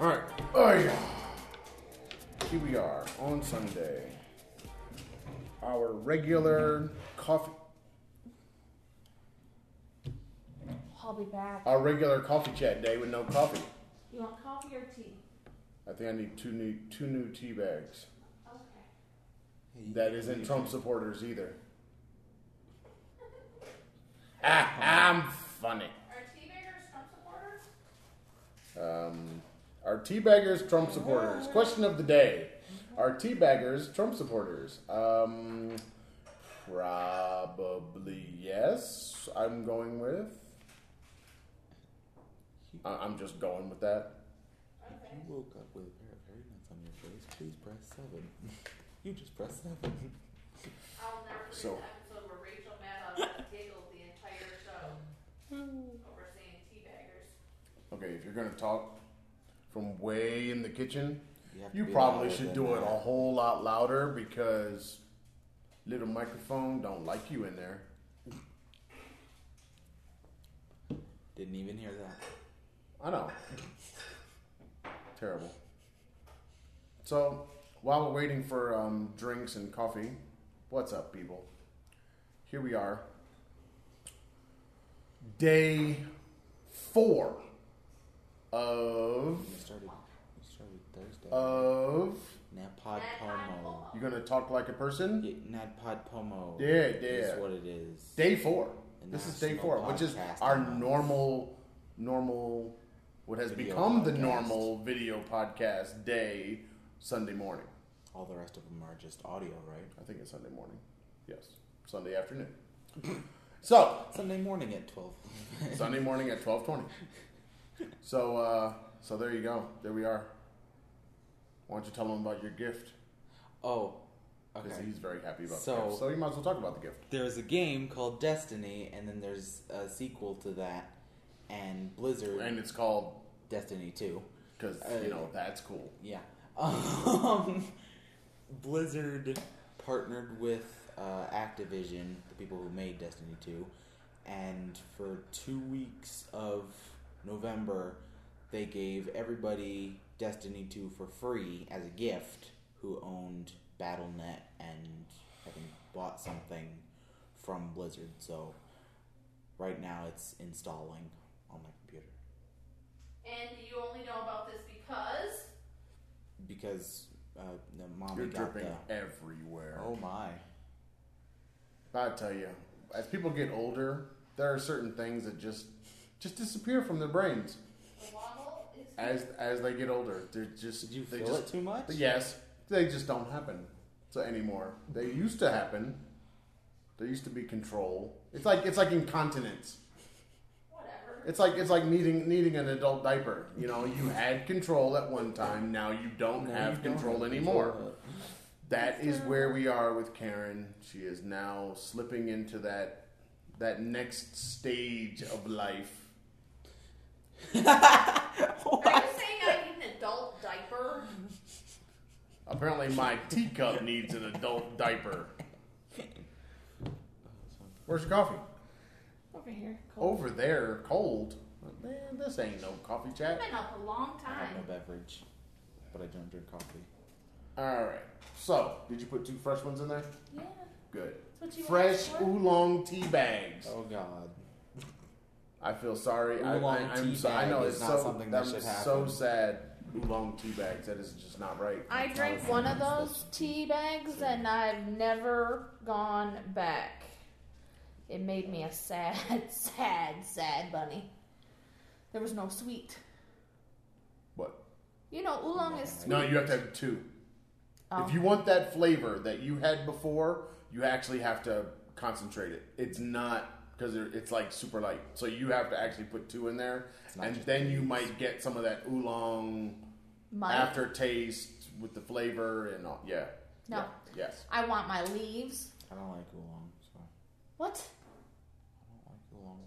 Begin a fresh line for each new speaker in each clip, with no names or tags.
All right. Oh, yeah. Here we are on Sunday. Our regular coffee.
I'll be back.
Our regular coffee chat day with no coffee.
You want coffee or tea?
I think I need two new two new tea bags.
Okay.
That isn't Trump supporters either. Ah, I'm funny.
Are tea baggers Trump supporters?
Um, are teabaggers Trump supporters? Question of the day. Are teabaggers Trump supporters? Um, probably yes, I'm going with. I- I'm just going with that.
Okay.
If you woke up with a pair of hairy nuts on your face, please press seven. you just press seven.
I'll never forget
Mm-hmm. So-
the episode where Rachel Maddow giggled the entire show over saying tea baggers.
Okay, if you're gonna talk from way in the kitchen,
have to
you
be
probably
louder
should
than
do it
that.
a whole lot louder because little microphone don't like you in there.
Didn't even hear that.
I know. Terrible. So, while we're waiting for um, drinks and coffee, what's up, people? Here we are. Day four of
You started. You started Thursday.
Uh, of
Napod Pomo.
you gonna talk like a person?
Yeah, Napod Pomo.
Yeah, yeah.
Is what it is.
Day four.
The
This is day
national
four, which is
podcast
our
announcement.
normal, normal, what has
Video
become the
podcast.
normal video podcast day Sunday morning.
All the rest of them are just audio, right?
I think it's Sunday morning. Yes, Sunday afternoon. so
Sunday morning at twelve.
Sunday morning at twelve twenty. So uh, so there you go. There we are. Why don't you tell him about your gift?
oh.
Because
Okay.
he's very happy about the
So-
gift. So you might as well talk about the gift.
There's a game called Destiny, and then there's a sequel to that, and Blizzard
And it's called
Destiny Two.
because you know that's cool.
Yeah. Um, Blizzard partnered with uh, Activision, the people who made Destiny 2, and for two weeks of November, they gave everybody Destiny 2 for free as a gift who owned BattleNet and I think bought something from Blizzard. So right now it's installing on my computer
And you only know about this because
because uh, the mommy
You're
got
dripping
the.
everywhere.
Oh my.
I tell you, as people get older, there are certain things that just just disappear from their brains
the waddle is
as as they get older. They're just
Did you
they
feel
just
it too much?
But yes, they just don't happen so anymore. They used to happen. There used to be control. It's like it's like incontinence.
whatever.
It's like it's like needing needing an adult diaper. You know, you had control at one time. Now you don't
No,
have
you don't
control
have
anymore.
control.
That is where we are with Karen. She is now slipping into that that next stage of life.
Are you saying I need an adult diaper?
Apparently, my teacup needs an adult diaper. Where's your coffee?
Over here. Cold.
Over there, cold. Man, this ain't no coffee
I've
chat.
been up a long
I have no
time.
beverage, but I don't drink coffee.
All right. So, did you put two fresh ones in there?
Yeah.
Good.
That's what you
Fresh
asked for?
oolong tea bags.
Oh God.
I feel sorry. I,
Oolong
I, I'm
tea
so, I
bag
know
is
it's
not
so.
something that
I'm
should
so
happen.
sad. Oolong tea bags. That is just not right.
I
That's
drank
how
one of
it's done.
those tea bags and I've never gone back. It made me a sad, sad, sad bunny. There was no sweet.
What?
You know, oolong is sweet.
No, you have to have two.
Oh.
If you want that flavor that you had before, you actually have to concentrate it. It's not because it's like super light, so you have to actually put two in there,
not
and
just
then you might get some of that oolong
my,
aftertaste with the flavor and all. Yeah.
No.
Yeah. Yes.
I want my leaves.
I don't like oolong. So
What?
I don't like oolong.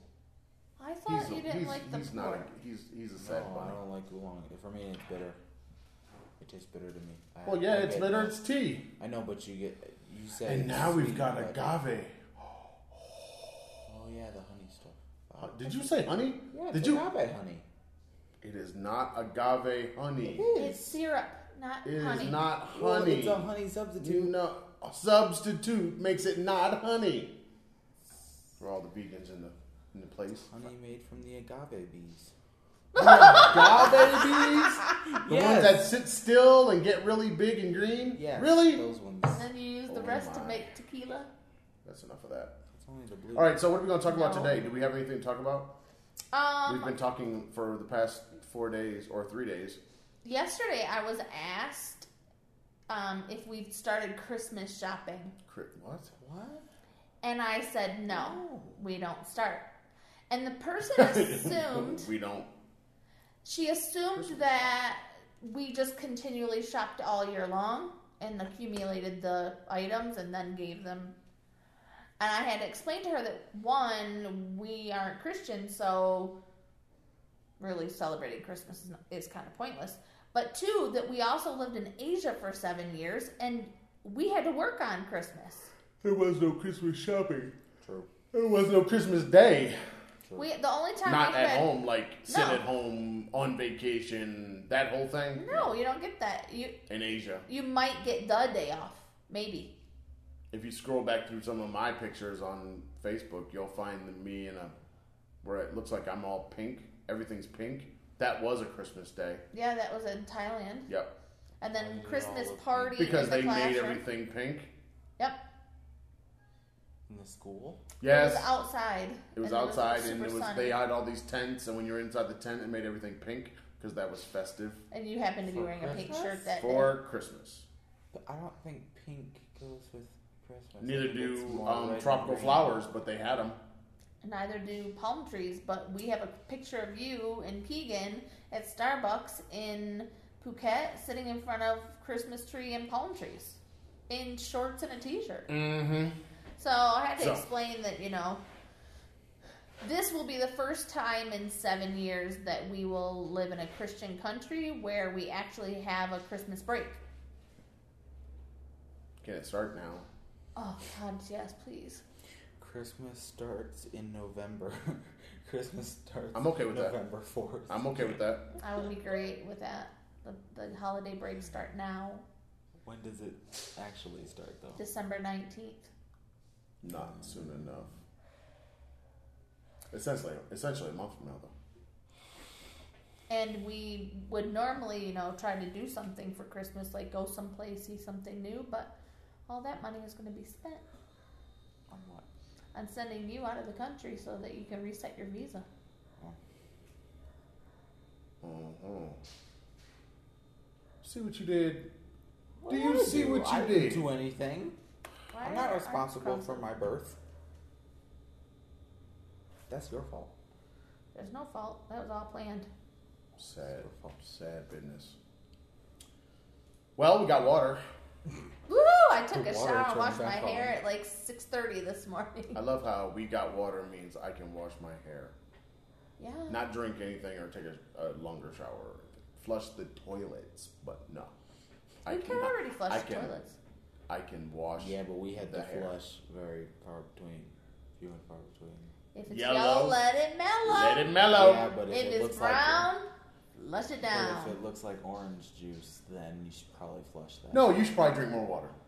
I thought
He's a-
you didn't
he's-
like the
he's not.
pork.
A, he's he's a sad
No, I
bunny.
don't like oolong. For me, it's bitter. It tastes bitter to me. I,
Well, yeah,
I
it's
get-
bitter. It's tea.
I know, but you get. You said.
And
it's
now we've
sweet,
got
but-
agave.
Oh yeah, the honey stuff.
Uh, Did you say honey?
Yeah,
Did
did
you?
you agave honey?
It is not agave honey.
It's syrup, not
It is
honey.
not
Well,
honey.
it's a honey
You
substitute.
know, a substitute makes it not honey. For all the vegans in the in the place.
Honey made from the agave bees.
agave bees, the ones
Yes.
that sit still and get really big and green.
Yes, Oh,
really?
Those ones.
And then you use the
Oh
rest to
my.
make tequila.
That's enough of that.
It's only the blue.
All right, so what are we going to talk about
No.
today? Do we have anything to talk about? We've
Um,
been talking for the past four days or three days.
yesterday I was asked um, if we'd started Christmas shopping,
Cri- What?
What?
and I said no, we don't start. And the person assumed
we don't.
she assumed that we just continually shopped all year long and accumulated the items and then gave them. And I had explained to her that one, we aren't Christian, so really celebrating Christmas is, is kind of pointless. But two, that we also lived in Asia for seven years and we had to work on Christmas.
There was no Christmas shopping.
True.
There was no Christmas day.
We the only time
Not
we
at
had,
home, like sit
No.
at home on vacation, that whole thing.
No, you don't get that. You
In Asia.
you might get the day off, maybe.
If you scroll back through some of my pictures on Facebook, you'll find me in a where it looks like I'm all pink. Everything's pink. That was a Christmas day.
Yeah, that was in Thailand.
Yep.
And
Oh,
then
you're
Christmas
all looking-
party
Because
in the
they made
classroom.
everything pink.
Yep.
In the school?
Yes.
It was outside.
It was
and
outside,
super
and it was
sunny.
they had all these tents, and when you're inside the tent, it made everything pink because that was festive
And you happened to be
For
wearing a pink
Christmas?
shirt that day.
for Christmas.
But I don't think pink goes with Christmas. I
Neither
think it's
do
more red
um,
and
tropical
green.
flowers, but they had them.
Neither do palm trees, but we have a picture of you and Keegan at Starbucks in Phuket, sitting in front of Christmas tree and palm trees, in shorts and a t-shirt.
Mm-hmm.
So I had to
So-
explain that you know. This will be the first time in seven years that we will live in a Christian country where we actually have a Christmas break.
Can it start now?
Oh God, yes, please.
Christmas starts in November. Christmas starts
I'm okay with that.
November 4th.
I'm okay with that.
I would be great with that. The, the holiday break start now,
When does it actually start, though?
December nineteenth.
Not soon enough. Essentially, essentially a month from now, though.
And we would normally, you know, try to do something for Christmas, like go someplace, see something new. But all that money is going to be spent
On what?
on sending you out of the country so that you can reset your visa.
Mhm. See what you did.
What
Do you
did I
see
do?
what you
I
did?
didn't do anything.
Why
I'm
are-
not
I'm
responsible for
responsible.
my birth. That's your fault.
There's no fault. That was all planned.
Sad,
Your fault.
sad business. Well, we got water.
Woo! I took
The
a
water
shower and
turned
washed my
back
hair
on.
at like six thirty this morning.
I love how we got water means I can wash my hair.
Yeah.
not drink anything or take a, a longer shower, flush the toilets, but no, I
we
can
can already flush
I
the
can-
toilets.
I can wash.
Yeah, but we had
The
to
hair.
flush very far between. Few and far between.
If it's
Yellow.
yellow, let it mellow.
Let it mellow.
Yeah, but if,
if
it
it's
looks like.
brown, flush it
But if
down.
it looks like orange juice, then you should probably flush that.
No, you should probably drink more water.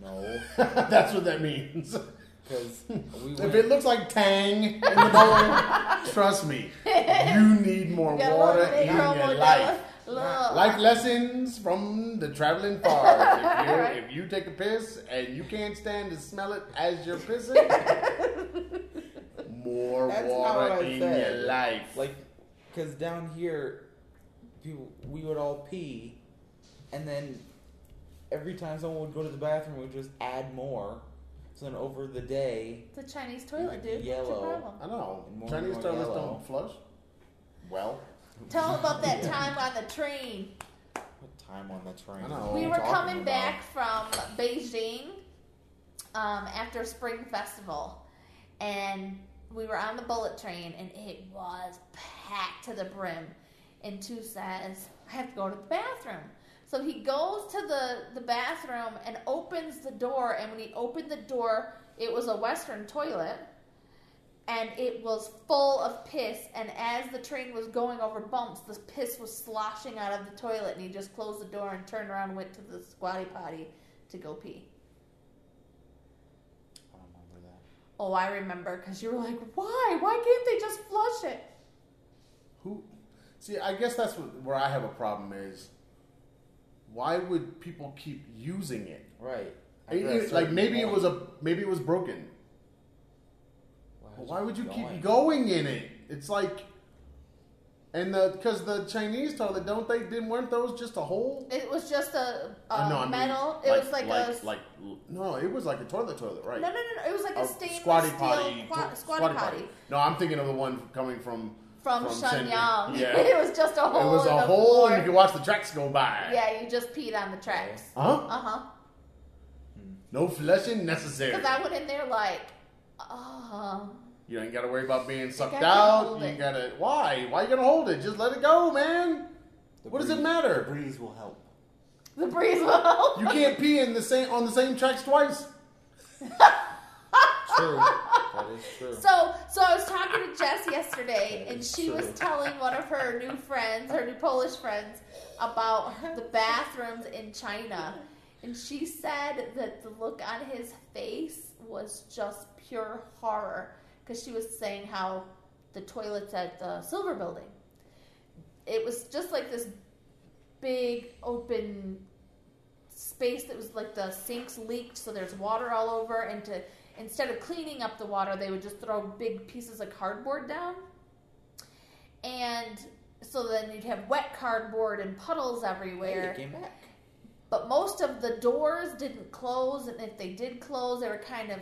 No,
That's what that means.
because we
if
went,
it looks like Tang in the bowl, trust me, you need more
You got a
water
little bit
in your
of Modelo,
life.
little-
Life lessons from the traveling far. If you,
Right.
if you take a piss and you can't stand to smell it as you're pissing, more
That's not what I
water in
said.
your life.
like, because down here, people we would all pee, and then every time someone would go to the bathroom, we'd just add more. So then over the day,
It's a Chinese toilet, dude. What's
Yellow.
your problem?
I know.
And more
Chinese
more
toilets
yellow.
don't flush. Well,
Tell them about that
Yeah.
time on the train.
what time on the train?
I know.
We
you
were
Talking
coming
about-
back from Beijing um, after Spring Festival, and we were on the bullet train, and it was packed to the brim. And two says, "I have to go to the bathroom." So he goes to the the bathroom and opens the door, and when he opened the door, it was a Western toilet. and it was full of piss. And as the train was going over bumps, the piss was sloshing out of the toilet, and he just closed the door and turned around and went to the squatty potty to go pee.
I don't remember that.
Oh, I remember because you were like, why? Why can't they just flush it?
Who? See, I guess that's what, where I have a problem is. Why would people keep using it?
Right.
It-
After a
it- like
certain
maybe it
point,
was a maybe it was broken. But why would you keep going in it? It's like, and the because the Chinese toilet don't they didn't weren't those just a hole?
It was just a, a
Uh, no, I mean,
metal. it was like, a
like no, it was like a toilet toilet, right?
no, no, no, no. It was like a,
A
stainless
squatty
steel
potty,
qua-
to-
squatty, potty,
No, I'm thinking of the one coming from
from,
From
Shenyang.
Shenyang. Yeah.
it was just a hole.
it was
in
a
the
hole,
floor.
and you could watch the tracks go by.
Yeah, you just peed on the tracks.
Huh?
Uh huh.
No flushing necessary.
Because I went in there like, oh,
You ain't got to worry about being sucked
gotta
out.
hold
You
it.
got to. Why? Why you gonna hold it? Just let it go, man.
The
what does it
breeze-
matter?
The breeze will help.
the breeze will help.
You can't pee in the same on the same tracks twice.
True. that is true.
So, so I was talking to Jess yesterday, and she was
Sure.
telling one of her new friends, her new Polish friends, about the bathrooms in China, and she said that the look on his face was just pure horror because she was saying how the toilets at the Silver Building, it was just like this big open space that was like the sinks leaked, so there's water all over, and to instead of cleaning up the water, they would just throw big pieces of cardboard down. And so then you'd have wet cardboard and puddles
Hey,
everywhere.
it came back.
But most of the doors didn't close, and if they did close, they were kind of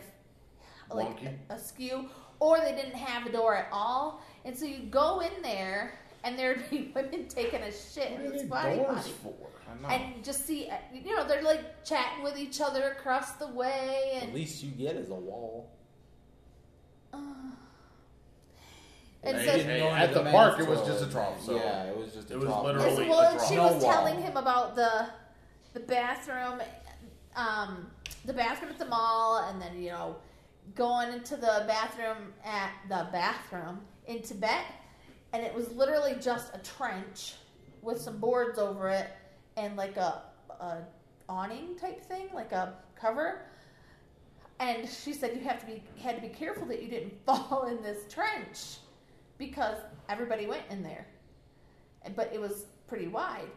like
Wonky.
askew, or they didn't have a door at all. And so you go in there, and there'd be women taking a shit
What
in
are
the
they
squatty
doors
potty.
for?
I know.
And you just see, uh, you know, they're like chatting with each other across the way,
the
and
least you get is a wall.
and
Hey,
so
hey, at the park, it was just a trough, so-
yeah, it was just a
It was
trough.
literally-
Yes,
Really
well,
a
she
draw.
was
No
telling
wall.
him about the the bathroom, um, the bathroom at the mall, and then you know, going into the bathroom at the bathroom in Tibet, and it was literally just a trench with some boards over it and like a, a awning type thing, like a cover. And she said you have to be had to be careful that you didn't fall in this trench because everybody went in there but it was pretty wide.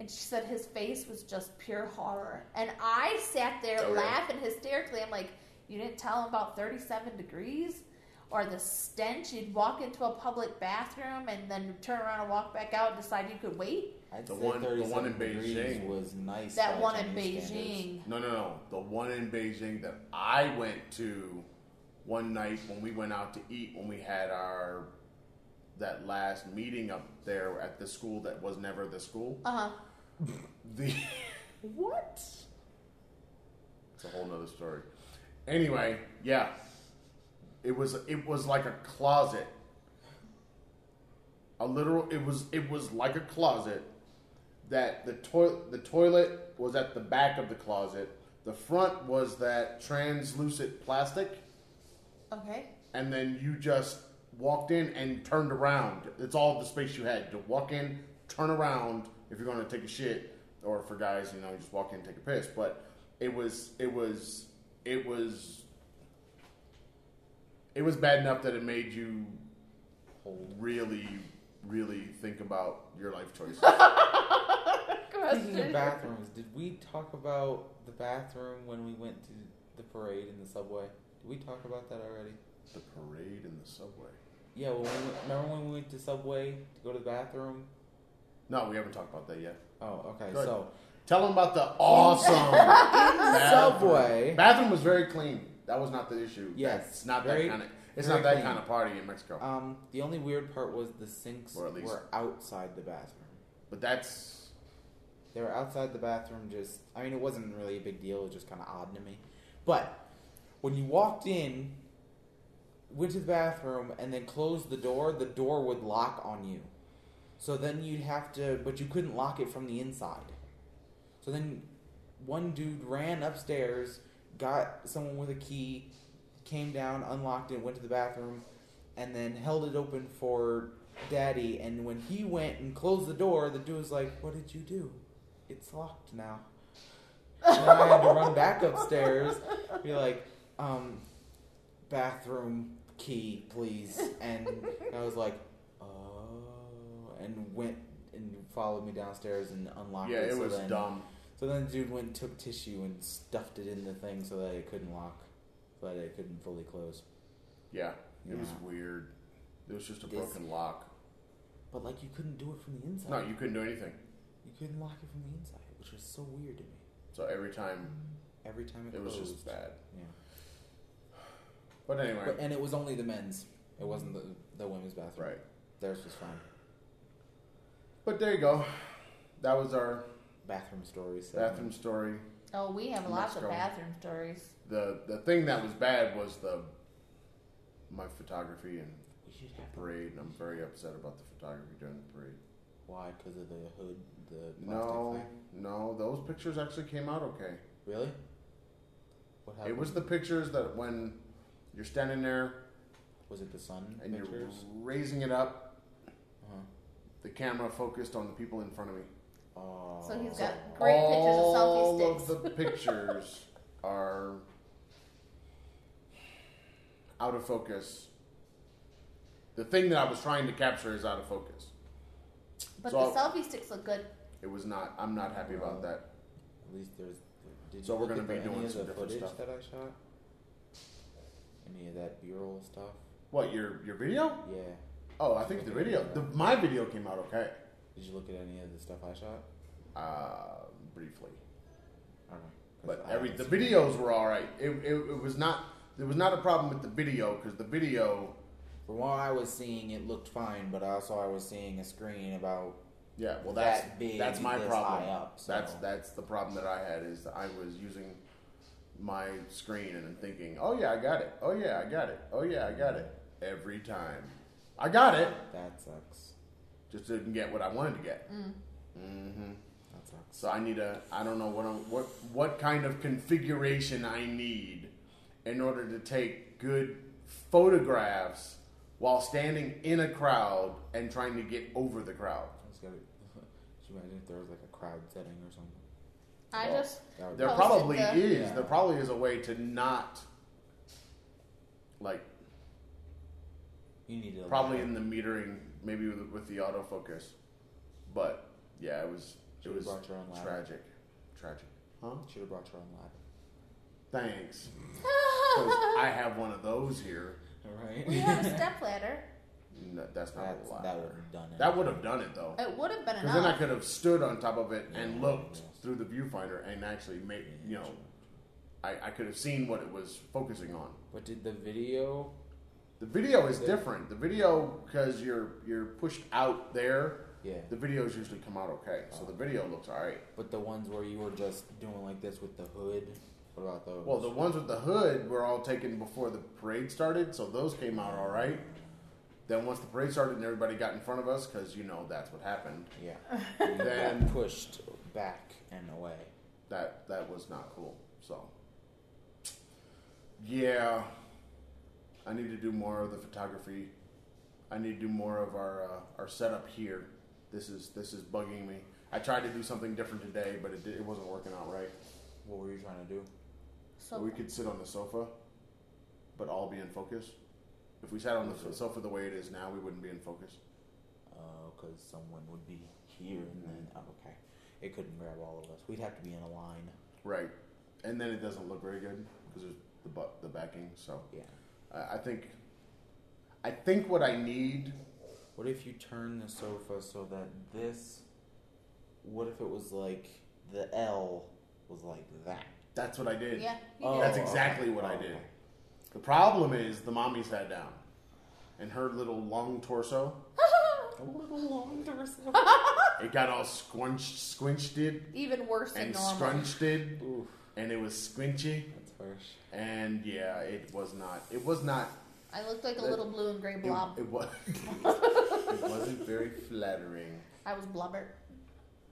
And she said his face was just pure horror. And I sat there
Oh, yeah.
laughing hysterically. I'm like, you didn't tell him about 37 degrees or the stench? You'd walk into a public bathroom and then turn around and walk back out and decide you could wait?
I'd
The
say
one- the one in
37 degrees
Beijing.
was nice.
That
by
one in
Chinese standards.
Beijing.
No, no, no. The one in Beijing that I went to one night when we went out to eat when we had our that last meeting up there at the school that was never the school.
Uh huh.
The what? It's a whole nother story. Anyway, yeah, it was it was like a closet. A literal. It was it was like a closet that the toilet the toilet was at the back of the closet. The front was that translucent plastic,
Okay.
and then you just walked in and turned around. It's all the space you had to walk in, turn around if you're going to take a shit, or for guys, you know, just walk in, and take a piss. But it was it was it was it was bad enough that it made you really really think about your life choices.
Speaking of
Question.
bathrooms, did we talk about the bathroom when we went to the parade in the subway? Did we talk about that already?
The parade in the subway.
Yeah, well, we went, remember when we went to Subway to go to the bathroom?
No, we haven't talked about that yet.
Oh, okay.
Good.
So
Tell them about the awesome bathroom.
Subway.
Bathroom was very clean. That was not the issue.
Yes,
it's not
very-
that kind of. It's
very
not that
clean.
kind of party in Mexico.
Um, the only weird part was the sinks
Or at least-
were outside the bathroom.
but that's
They were outside the bathroom. Just, I mean, it wasn't really a big deal. It was just kind of odd to me. But when you walked in, went to the bathroom, and then closed the door, the door would lock on you. So then you'd have to, but you couldn't lock it from the inside. So then one dude ran upstairs, got someone with a key, came down, unlocked it, went to the bathroom, and then held it open for Daddy. And when he went and closed the door, the dude was like, "What did you do? It's locked now." And I had to run back upstairs, be like, um, "Bathroom key, please." And I was like, "Oh," and went and followed me downstairs and unlocked
Yeah,
it.
it
so
was
then-
dumb.
so then the dude went and took tissue and stuffed it in the thing so that it couldn't lock, so that it couldn't fully close.
Yeah, it was
Yeah.
weird. It was just a
This-
broken lock.
But like you couldn't do it from the inside.
No, you couldn't do anything.
You couldn't lock it from the inside, which was so weird to me.
So every time
Every time it,
it was
closed.
just bad.
Yeah.
But anyway,
But, and it was only the men's. It wasn't the, the women's bathroom.
right.
Theirs was fine.
But there you go. That was our
Bathroom stories. so-
bathroom story.
Oh, we have lots of
Mexico.
bathroom stories.
The the thing that was bad was the my photography and
We should have.
parade, and I'm very upset about the photography during the parade.
Why? Because of the hood, the plastic
No,
thing.
no, those pictures actually came out okay.
Really? What happened?
It was the pictures that when you're standing there
Was it the sun
and you're
pictures?
raising it up,
Uh-huh.
the camera focused on the people in front of me.
Oh.
So he's got great
All
pictures of selfie sticks.
of the pictures are out of focus. The thing that I was trying to capture is out of focus.
but
so-
the selfie sticks look good.
It was not. I'm not happy about that.
At least there's. Did
So
you
we're
look
gonna
at
be
the-
doing
any
some
of the
different
footage
stuff.
that I shot? Any of that B-roll stuff?
What your your video?
Yeah.
Oh, I think the video. The, my video came out okay.
Did you look at any of the stuff I shot?
Uh, briefly,
I don't know.
but
'Cause I
every
haven't
the
seen it.
videos were all right. It, it, it was not. There was not a problem with the video because the video.
From what I was seeing, it looked fine, but also I was seeing a screen about
Yeah, well, that's
That big,
that's my
this
problem.
high up, so-
That's that's the problem that I had is I was using my screen and thinking, oh yeah, I got it. Oh yeah, I got it. Oh yeah, I got it. Every time, I got it.
that sucks.
Just didn't get what I wanted to get. hmm
That sucks.
So I need a. I don't know what I'm, what what kind of configuration I need in order to take good photographs while standing in a crowd and trying to get over the crowd.
I just gotta, could you imagine if there was like a crowd setting or something?
I
Well,
just
That would
There
Posted
probably
the-
is.
Yeah.
There probably is a way to not like
you need to
probably
like,
in the metering, maybe with, with the autofocus. But yeah, it was it
should have
was
brought your own ladder.
tragic, tragic. Huh?
Should have brought your own ladder.
Thanks. 'Cause I have one of those here.
All right.
we had a step ladder.
No, that's not
That's,
a lot.
that would have done it.
That would have done it though,
It would have been
because then I
enough.
could have stood on top of it and
Yeah,
looked
yes.
through the viewfinder and actually made
Yeah,
you know
true.
I, I could have seen what it was focusing on.
But did the video?
The video is
Yeah.
different. The video because you're you're pushed out there.
Yeah.
The videos usually come out okay, so the video looks all right.
But the ones where you were just doing like this with the hood. What about those?
Well, the ones with the hood were all taken before the parade started, so those came out all right. Then once the parade started and everybody got in front of us, because you know that's what happened.
yeah. You got
Then-
pushed back and away.
That that was not cool. So yeah, I need to do more of the photography. I need to do more of our uh, our setup here. This is this is bugging me. I tried to do something different today, but it, di- it wasn't working out right.
What were you trying to do?
So
We could sit on the sofa, but all be in focus. If we sat on the f- sofa the way it is now, we wouldn't be in focus.
because Oh, someone would be here and then oh, okay, it couldn't grab all of us. We'd have to be in a line.
Right, and then it doesn't look very good because there's the bu- the backing. So
Yeah.
I I think I think what I need.
What if you turn the sofa so that this? What if it was like the L was like that?
That's what I did.
yeah, you
Oh,
did.
That's
okay.
exactly what I
Oh,
did.
okay.
The problem is the mommy sat down, and her little long torso
A little long torso.
it got all squinched, squinched it,
even worse than
and
normal.
scrunched it,
Oof,
and it was squinchy,
that's harsh.
and yeah, it was not. It was not.
I looked like a
That-
little blue and gray
It,
blob.
it was. it wasn't very flattering.
I was blubber.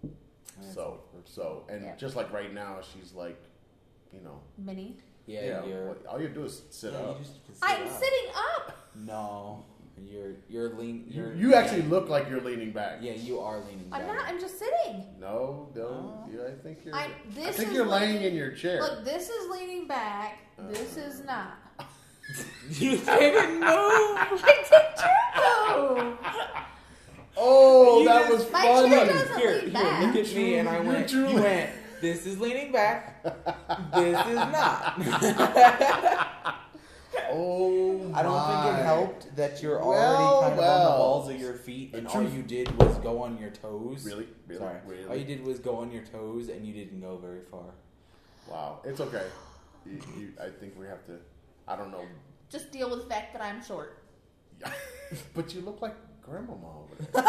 That's
So
awkward.
so, and
Yeah.
just like right now, she's like, you know,
Mini.
yeah,
yeah.
you're.
what- all you do is sit
yeah,
up.
you just can sit
I'm
up.
sitting up.
No, You're you're lean.
You,
You're,
you actually look like you're leaning back.
Yeah, you are leaning.
I'm
back.
not. I'm just sitting.
No, no.
Oh.
You I think you're.
I- this
I think
is
you're laying
leaning-
in your chair.
Look, this is leaning back. This is not.
You didn't move.
Oh,
oh,
You
that
just-
was
My
funny.
chair doesn't
here,
lean
here,
back.
look at me, and I
You
went. You
truly-
went. This is leaning back. This is not.
Oh,
I don't think
my.
it helped that you're
Well,
already kind of on
well.
the balls of your feet,
The
and all
truth-
you did was go on your toes.
Really, really,
Sorry.
really.
All you did was go on your toes, and you didn't go very far.
Wow, it's okay. You, you, I think we have to. I don't know,
just deal with the fact that I'm short.
but you look like Grandmama over there.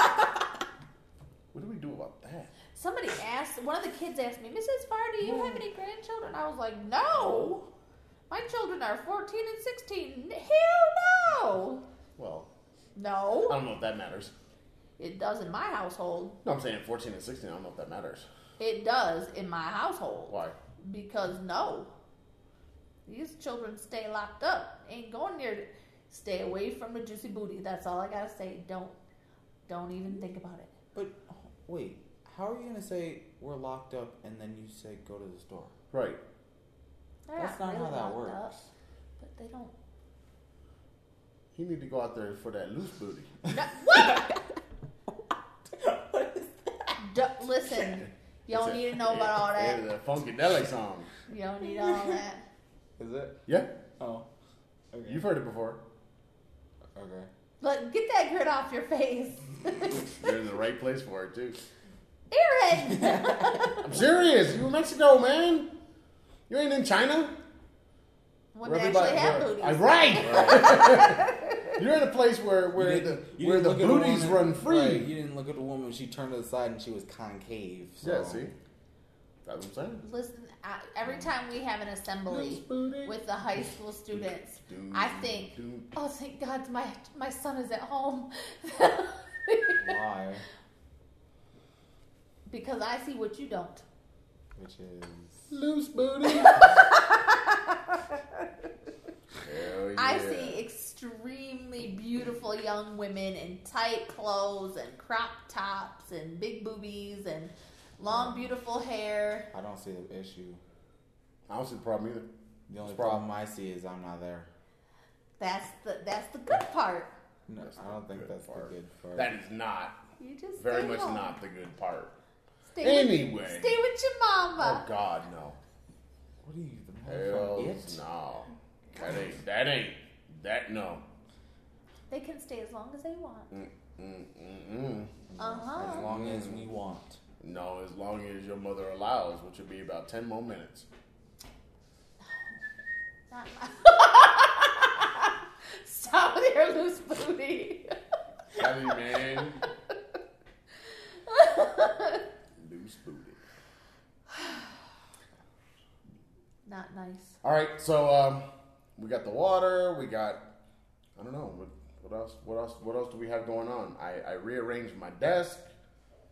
what do we do about that?
Somebody asked. One of the kids asked me, Mrs. Farr, do you
Hmm.
have any grandchildren? I was like, No.
Oh.
My children are 14 and 16. Hell no.
Well, I
Oh.
No,
don't know if that matters.
it does in my household.
No, I'm saying 14 and 16. I don't know if that matters.
It does in my household.
Why?
Because no. These children stay locked up. Ain't going near stay away from the juicy booty. That's all I gotta say. Don't don't even think about it.
But oh, wait, how are you gonna say we're locked up, and then you say go to the store?
Right.
They're
That's not how
really
that
locked up,
works.
but they don't
You need to go out there for that loose booty.
No, what?
what is that?
D- listen, you don't
It's a-
need to know about all that.
It's a funkadelic song.
You don't need all that.
Is it?
Yeah,
Oh, okay.
you've heard it before.
okay.
Look, get that grit off your face,
You're in the right place for it too.
Aaron.
I'm serious. You in Mexico, man? You ain't in China.
when
Where
they actually
everybody-
have
where-
booties.
Uh, right. You're in a place where where
You
the
didn't- you
where the
didn't look at a
booties
woman-
run free.
Right, you didn't look at a woman. She turned to the side and she was concave. So.
Yeah, see, that's what I'm
Listen, I, every time we have an assembly
saying. Booty.
with the high school students,
Doom,
I think,
doom.
oh, thank God, my my son is at home.
Why?
because I see what you don't.
Which is
loose booty. Hell
I
yeah.
see extremely beautiful young women in tight clothes and crop tops and big boobies and long, beautiful hair.
I don't see the issue.
I don't see the problem either.
The
What's
only
the problem?
problem I see is I'm not there.
That's the that's the good part.
No,
That's
I
the
don't think
good
that's
part.
the good part.
That is not
You just
very
stay
much
home.
not the good part.
Stay
Anyway.
with, stay with your
Oh
mama.
God, no.
what are you? The
Hell
motherfucking it?
no. That ain't. That ain't. That no.
They can stay as long as they want.
Mm, mm, mm, mm.
Uh
As
huh.
long as we want.
No, as long as your mother allows, which would be about ten more minutes.
Stop with your loose booty.
Tell me, man. Loose booty.
Not nice.
All right, so um, we got the water. We got I don't know what, what else. What else? What else do we have going on? I, I rearranged my desk.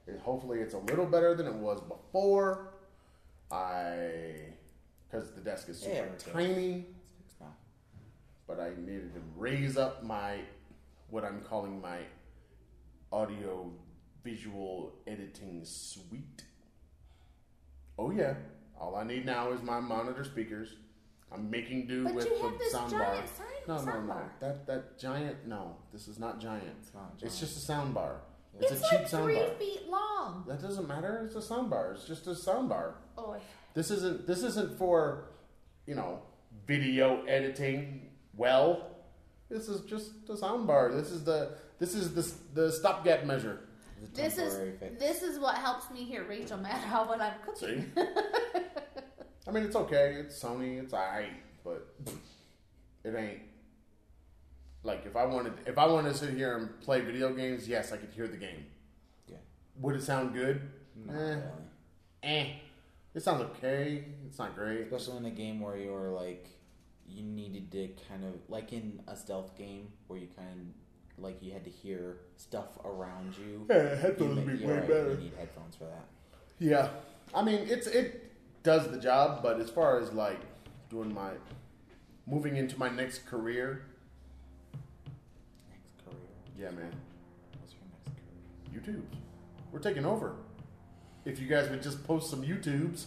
And hopefully, it's a little better than it was before. I because the desk is super
There it is.
tiny,
It's not.
but I needed to raise up my what I'm calling my audio visual editing suite. Oh yeah. All I need now is my monitor speakers. I'm making do
But
with
you have
the
this
sound bar.
giant sign-
no, no,
sound
no.
bar.
That that giant no, this is not giant. It's
not
It's
giant.
just a sound bar. It's,
It's,
a cheap
like
sound
three
bar.
feet long.
That doesn't matter. It's a sound bar. It's just a sound bar.
Oh,
This isn't this isn't for, you know, video editing. Well, this is just a sound bar. This is the this is the the stopgap measure.
It's a
this is
temporary fix.
this is what helps me hear Rachel Maddow when I'm
See?
cooking.
I mean, it's okay. It's Sony. It's alright, but it ain't. Like if I wanted, if I wanted to sit here and play video games, yes, I could hear the game.
Yeah.
Would it sound good?
Not
Eh.
really.
Eh. It sounds okay. It's not great.
Especially in a game where you were like, you needed to kind of like in a stealth game where you kind of like you had to hear stuff around you.
Yeah,
You
headphones
ma-
would be
you're
way
right,
better.
You need headphones for that.
Yeah, I mean it's it does the job, but as far as like doing my moving into my next career,
Next career.
Yeah, man.
What's your next curve?
YouTubes. We're taking over. If you guys would just post some YouTubes.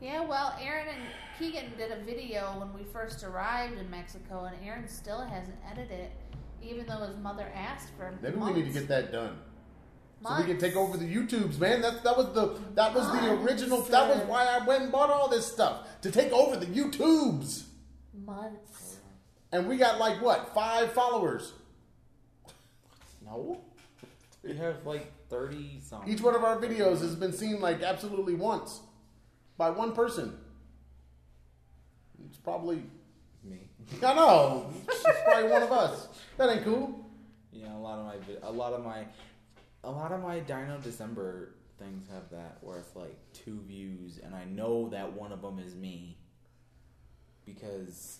Yeah, well, Aaron and Keegan did a video when we first arrived in Mexico, and Aaron still hasn't edited it, even though his mother asked for
Maybe
months.
we need to get that done. So we can
Months.
take over the YouTubes, man. That that was the that was the original. That was why I went and bought all this stuff to take over the YouTubes.
months.
And we got like what five followers.
No. We have like 30 something.
Each one of our videos has been seen like absolutely once by one person. It's probably
Me.
I know. It's probably one of us. That ain't cool.
Yeah, a lot of my vid- a lot of my a lot of my Dino December things have that where it's like two views and I know that one of them is me because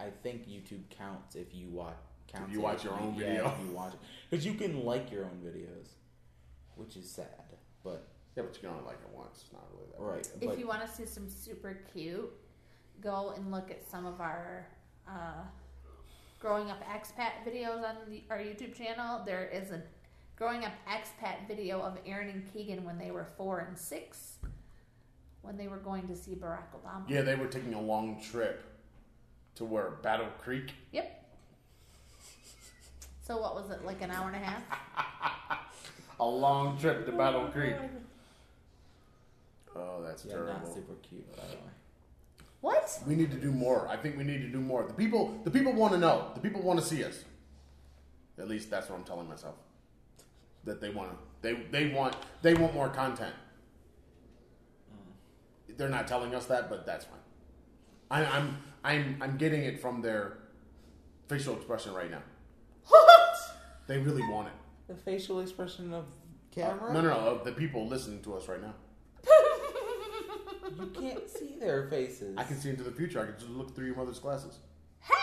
I think YouTube counts if you watch counts
you
it
watch your own
yeah,
video.
if you watch cuz you can like your own videos which is sad but
Yeah, but you can only like it once. It's not really that.
right
If
but
you want to see some super cute, go and look at some of our uh, growing up expat videos on the, our YouTube channel. There is a growing up expat video of Aaron and Keegan when they were four and six, when they were going to see Barack Obama.
Yeah, they were taking a long trip to where Battle Creek.
Yep. So what was it like an hour and a half?
A long trip to Battle Creek. Oh, that's
yeah, not
terrible.
super cute by the way.
What?
We need to do more. I think we need to do more. The people, the people want to know. The people want to see us. At least that's what I'm telling myself. That they want to. They they want they want more content. They're not telling us that, but that's fine. I, I'm I'm I'm getting it from their facial expression right now. They really want it.
The facial expression of
No,
camera?
no, no. of The people listening to us right now.
You can't see their faces.
I can see into the future. I can just look through your mother's glasses.
hey!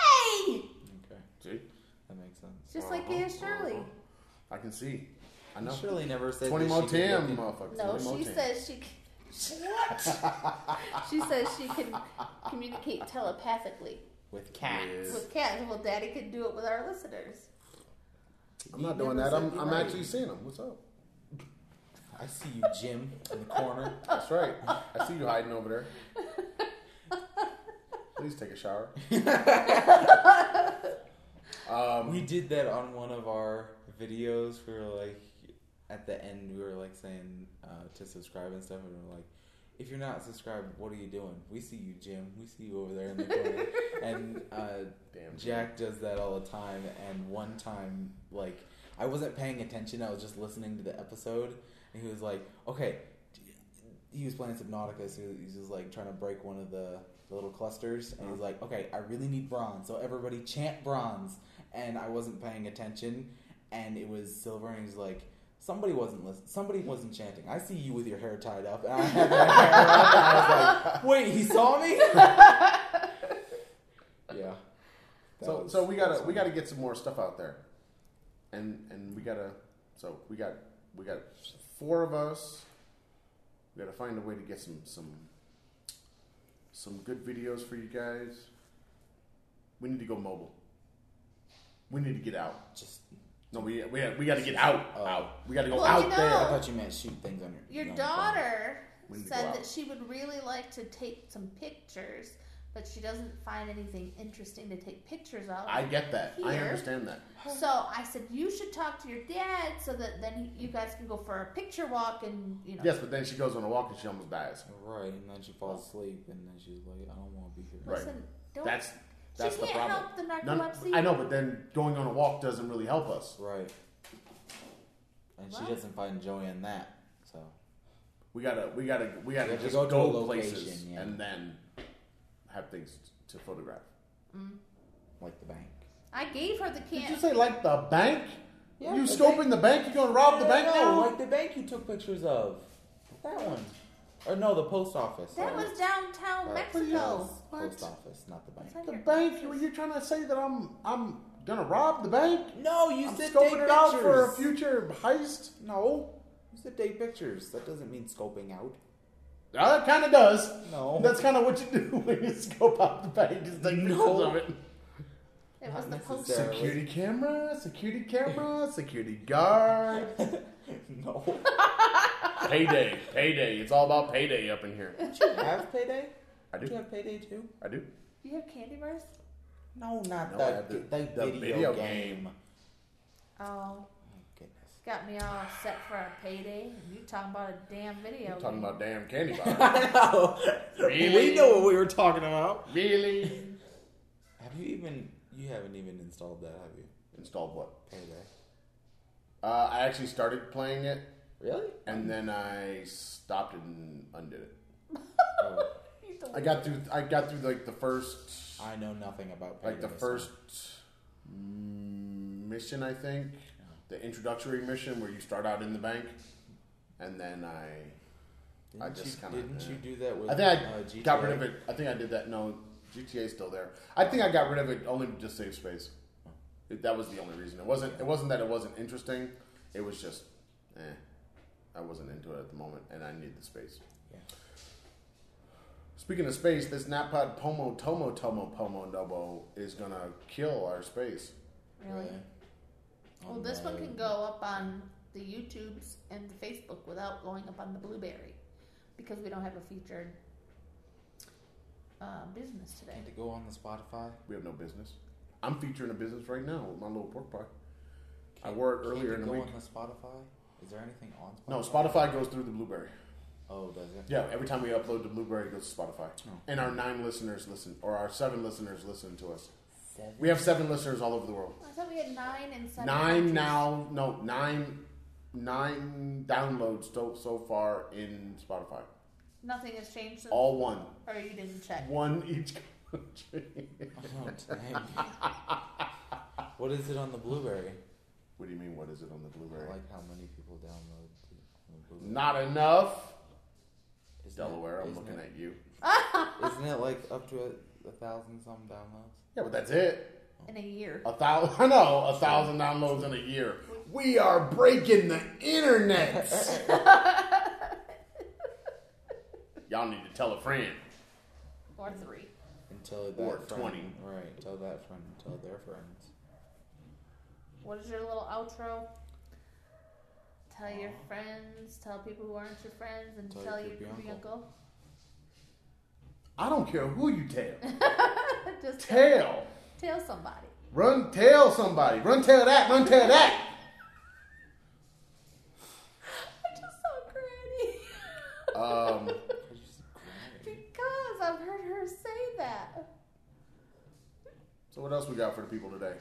Okay,
See?
that makes sense.
Just like he is Shirley.
Uh-huh. I can see. I know.
Shirley never said
Twenty
that
more
she could look
Tim,
in-
motherfucker.
No,
20 more
she
Tim.
says she. c- What? she says she can communicate telepathically
with cats.
with cats. Well, Daddy can do it with our listeners.
I'm
You
not doing
never
that. I'm,
said
I'm
right.
actually seeing them. What's up?
I see you, Jim, in the corner.
That's right. I see you hiding over there. Please take a shower. um,
We did that on one of our videos. We were like, at the end, we were like saying uh, to subscribe and stuff, and we are like, if you're not subscribed, what are you doing? We see you, Jim. We see you over there in the corner. and uh,
damn
Jack does that all the time, and one time, like, I wasn't paying attention, I was just listening to the episode, and he was like, okay, he was playing Subnautica, so he was just, like, trying to break one of the, the little clusters, and he's like, okay, I really need bronze, so everybody chant bronze, and I wasn't paying attention, and it was silver, and he's like, Somebody wasn't listening. Somebody wasn't chanting. I see you with your hair tied up. And I had my hair up. And I was like, "Wait, he saw me." yeah. That
So
was-
so we
that
gotta
was
we gotta get some more stuff out there, and and we gotta so we got we got four of us. We gotta find a way to get some some some good videos for you guys. We need to go mobile. We need to get out.
Just
No, we we we got to get out.
Oh.
Out. We got to go
Well,
out
you know-
there.
I thought you meant shoot things on your.
Your
on phone.
daughter
We need to go
said
out.
that she would really like to take some pictures, but she doesn't find anything interesting to take pictures of.
I get that. I
Here.
understand that.
So I said you should talk to your dad so that then you guys can go for a picture walk and you know.
Yes, but then she goes on a walk and she almost dies.
Right, and then she falls asleep, and then she's like, "I don't want to be here."
Right.
Listen, don't.
That's that's
she
the
can't
problem.
help the
None-
narcolepsy.
I know, but then going on a walk doesn't really help us.
Right. And
What?
she doesn't find joy in that. So
We gotta we gotta we gotta
We have to
just
go
go,
to a location,
places
yeah.
and then have things to photograph.
like the bank.
I gave her the
Did you
can.
say like the bank?
Yeah,
you
the
scoping the bank? You gonna rob the bank now?
like the bank you took pictures of. That one. Or no, the post office.
That
sorry.
was downtown
Uh,
Mexico.
that was Post
What?
office, not the bank.
That's
the
your
bank?
taxes.
Were you trying to say that I'm I'm gonna rob the bank?
No, you
I'm
said
scoping it out for a
few.
future heist.
No, you said take pictures. That doesn't mean scoping out.
Uh, it kind of does.
No.
That's kind of what you do when you scope out the bank. Is take
No.
pictures of it.
It was the
Not
poster.
necessarily.
Security camera, security camera, security guard.
no.
payday, payday. It's all about payday up in here.
Don't you have payday?
I
Do you
do.
have payday too?
I do.
You have candy bars?
No, not
No, I
that.
have
The,
the-
the,
the
video,
video
game.
game.
Oh,
Oh, goodness.
got me all set for a payday. You talking about a damn video?
I'm talking
game.
about damn candy bar.
I know.
Really?
We know what we were talking about.
really?
Have you even? You haven't even installed that, have you?
Installed what?
Payday.
Uh, I actually started playing it,
Really?
and then I stopped it and undid it.
Oh,
You the
I got through. I got through like the first,
I know nothing about payday.
like the
so-
first mm, mission. I think the introductory mission where you start out in the bank, and then I.
Didn't
I just
you,
kinda-
didn't you do that with?
I think I
uh, GTA?
got rid of it. I think I did that. No, GTA's still there. I think I got rid of it only to just save space. It, that was the only reason. It wasn't. It wasn't that it wasn't interesting. It was just, eh, I wasn't into it at the moment, and I needed the space.
Yeah.
Speaking of space, this Napod Pomo Tomo Tomo Pomo Nobo is gonna kill our space.
really? Well,
Oh,
this one
no.
can go up on the YouTubes and the Facebook without going up on the Blueberry because we don't have a featured uh, business today.
Can't it go on the Spotify?
We have no business. I'm featuring a business right now with my little pork pie. I
Can't-
worked
can't
earlier
it
in the
go
week.
on the Spotify? Is there anything on Spotify?
No, Spotify goes through the blueberry.
Oh, does it?
Yeah, every time we upload the blueberry, it goes to Spotify.
Oh.
And our nine listeners listen, or our seven listeners listen to us.
Seven.
We have seven listeners all over the world.
I thought we had nine and seven.
Nine
countries.
now, no, nine, nine downloads so, so far in Spotify.
Nothing has changed since.
All one,
Or you didn't check.
one each country.
Oh, dang. what is it on the Blueberry?
What do you mean? What is it on the Blueberry?
I like how many people download the, on the Blueberry.
Not enough.
Isn't
Delaware,
it,
I'm looking at you.
at. Isn't it like up to a, a thousand some downloads?
Yeah, but that's it.
In a year.
A thousand. I know a thousand downloads in a year. We are breaking the internet. Y'all need to tell a friend.
Or three.
Until that
Or
friend,
20.
Right. Tell that friend. Tell their friends.
What is your little outro? Tell your friends, tell people who aren't your friends, and
Tell
tell,
your
your
creepy
creepy
uncle.
uncle.
I don't care who you tell.
Just tell,
Tell.
tell somebody.
Run. Tell somebody. Run. Tell that. Run. Tell that.
I just saw Granny. Uh.
Um,
Why did you say granny?
because I've heard her say that.
so what else we got for the people today?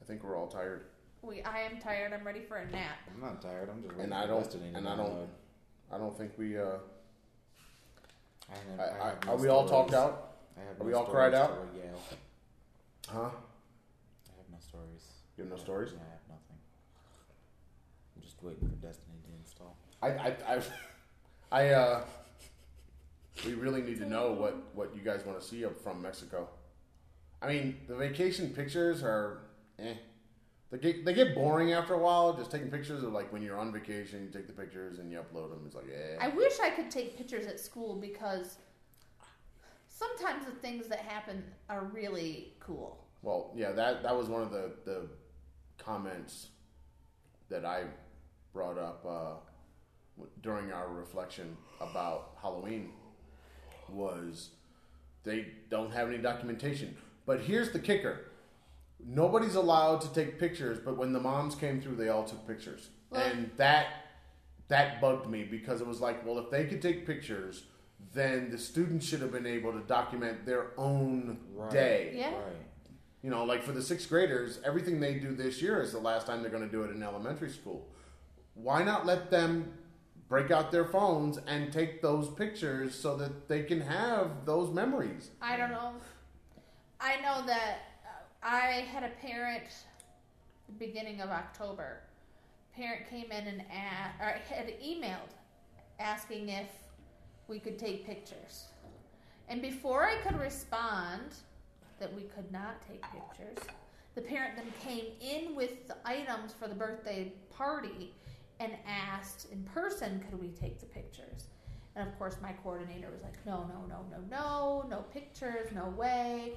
I think we're all tired,
We, I am tired. I'm ready for a nap.
I'm not tired. I'm just.
and
waiting
I
for
don't.
Destiny to
And I
download.
don't. I don't think we. Uh,
I have,
I,
I
I,
have no
are we all
stories.
talked out?
I have
Are
no
we all
stories
cried
to
out?
regale.
Huh?
I have no stories.
You have no
I-
stories?
No, I have nothing. I'm just waiting for Destiny to install.
I, I, I, I uh, we really need to know what, what you guys want to see up from Mexico. I mean, the vacation pictures are, eh. They get, they get boring after a while, just taking pictures of like when you're on vacation, you take the pictures and you upload them. It's like, eh.
I wish I could take pictures at school because sometimes the things that happen are really cool.
Well, yeah, that, that was one of the, the comments that I brought up uh, w- during our reflection about Halloween was they don't have any documentation. But here's the kicker. Nobody's allowed to take pictures, but when the moms came through, they all took pictures.
Well-
and that that bugged me because it was like, well, if they could take pictures, then the students should have been able to document their own
Right.
day.
Yeah.
Right.
You know, like for the sixth graders, everything they do this year is the last time they're going to do it in elementary school. Why not let them break out their phones and take those pictures so that they can have those memories?
I don't know. I know that uh, I had a parent the beginning of October. Parent came in and asked, or had emailed asking if we could take pictures. And before I could respond that we could not take pictures, the parent then came in with the items for the birthday party and asked in person, could we take the pictures? And of course, my coordinator was like, no, no, no, no, no, no pictures, no way.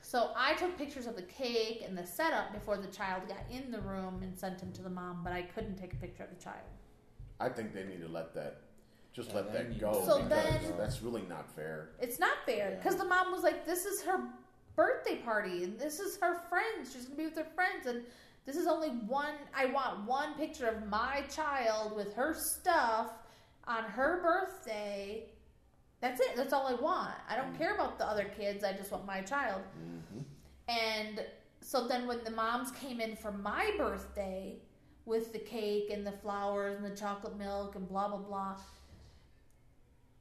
So I took pictures of the cake and the setup before the child got in the room and sent them to the mom, but I couldn't take a picture of the child.
I think they need to let that, just
Yeah,
let
they
that
need
go
to- uh,
So
because
then-
that's really not fair.
It's not fair
Yeah.
because the mom was like, "This is her birthday party, and this is her friends. She's gonna be with her friends, and this is only one. I want one picture of my child with her stuff on her birthday. That's it. That's all I want. I don't care about the other kids. I just want my child."
Mm-hmm.
And so then when the moms came in for my birthday with the cake and the flowers and the chocolate milk and blah blah blah,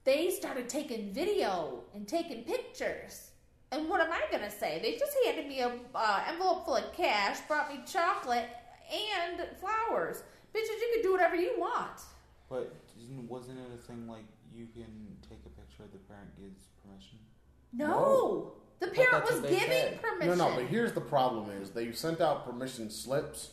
they started taking video and taking pictures. And what am I gonna say? They just handed me a uh, envelope full of cash, brought me chocolate and flowers. Bitches, you can do whatever you want.
But didn't, wasn't it a thing like you can take a picture of the parent gives permission?
No,
No.
the
But
parent
that's
was
what they
giving
said.
No,
permission.
no. But here's the problem: is they've sent out permission slips.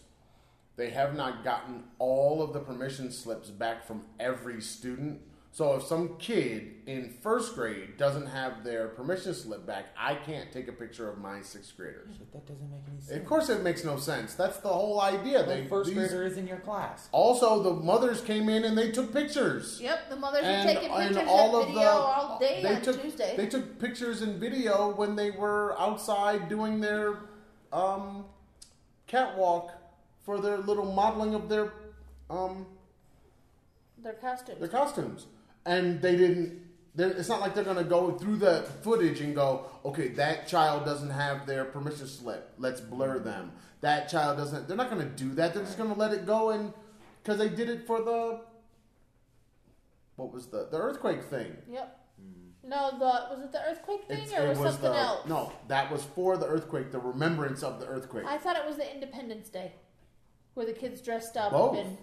They have not gotten all of the permission slips back from every student. So if some kid in first grade doesn't have their permission slip back, I can't take a picture of my sixth graders.
But that doesn't make any sense.
Of course, it makes no sense. That's the whole idea.
the
They
first
these-
grader is in your class.
Also, the mothers came in and they took pictures.
Yep, the mothers
And,
were taking
and
pictures and,
all of
video
the
all day
they
on
took
Tuesday.
they took pictures and video when they were outside doing their um, catwalk for their little modeling of their um,
Their costumes.
their costumes, and they didn't. they're- It's not like they're gonna go through the footage and go, okay, that child doesn't have their permission slip. Let's blur them. That child doesn't. They're not gonna do that. They're just gonna let it go and because they did it for the what was the the earthquake thing.
Yep.
Hmm.
No, the was it the earthquake thing
It's-
or was, something
the,
else?
No, that was for the earthquake, the remembrance of the earthquake.
I thought it was the Independence Day, where the kids dressed up
Both.
and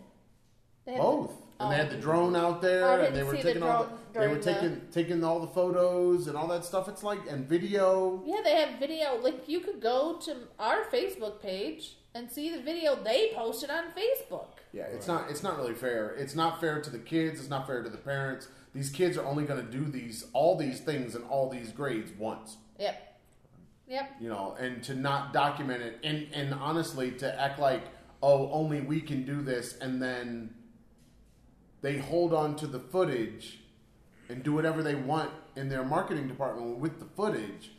they had
Both.
the-
and they had the
oh.
drone out there,
I
and
didn't
they were
see the
taking all
drone
the, they were
during the-
taking taking all the photos and all that stuff. It's like and video.
Yeah, they have video. Like you could go to our Facebook page and see the video they posted on Facebook.
Yeah, it's not it's not really fair. It's not fair to the kids. It's not fair to the parents. These kids are only going to do these all these things in all these grades once,
Yep. Yep.
you know, and to not document it and and honestly to act like oh only we can do this and then they hold on to the footage and do whatever they want in their marketing department with the footage,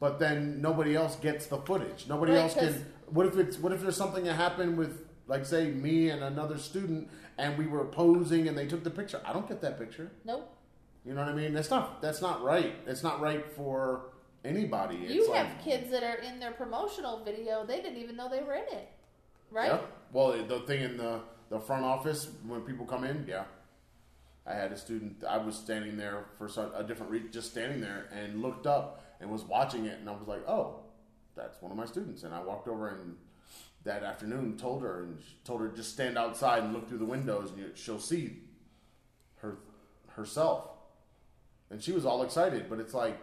but then nobody else gets the footage. Nobody
Right,
else
'cause-
can. What if it's what if there's something that happened with like say me and another student and we were posing and they took the picture. I don't get that picture.
Nope.
You know what I mean? That's not that's not right. It's not right for anybody. It's
you
like,
have kids that are in their promotional video. They didn't even know they were in it, right?
Yeah. Well, the thing in the the front office when people come in, yeah. I had a student. I was standing there for some, a different reason, just standing there, and looked up and was watching it, and I was like, "Oh, that's one of my students." And I walked over and that afternoon told her, and she told her just stand outside and look through the windows, and you, she'll see her herself. And she was all excited, but it's like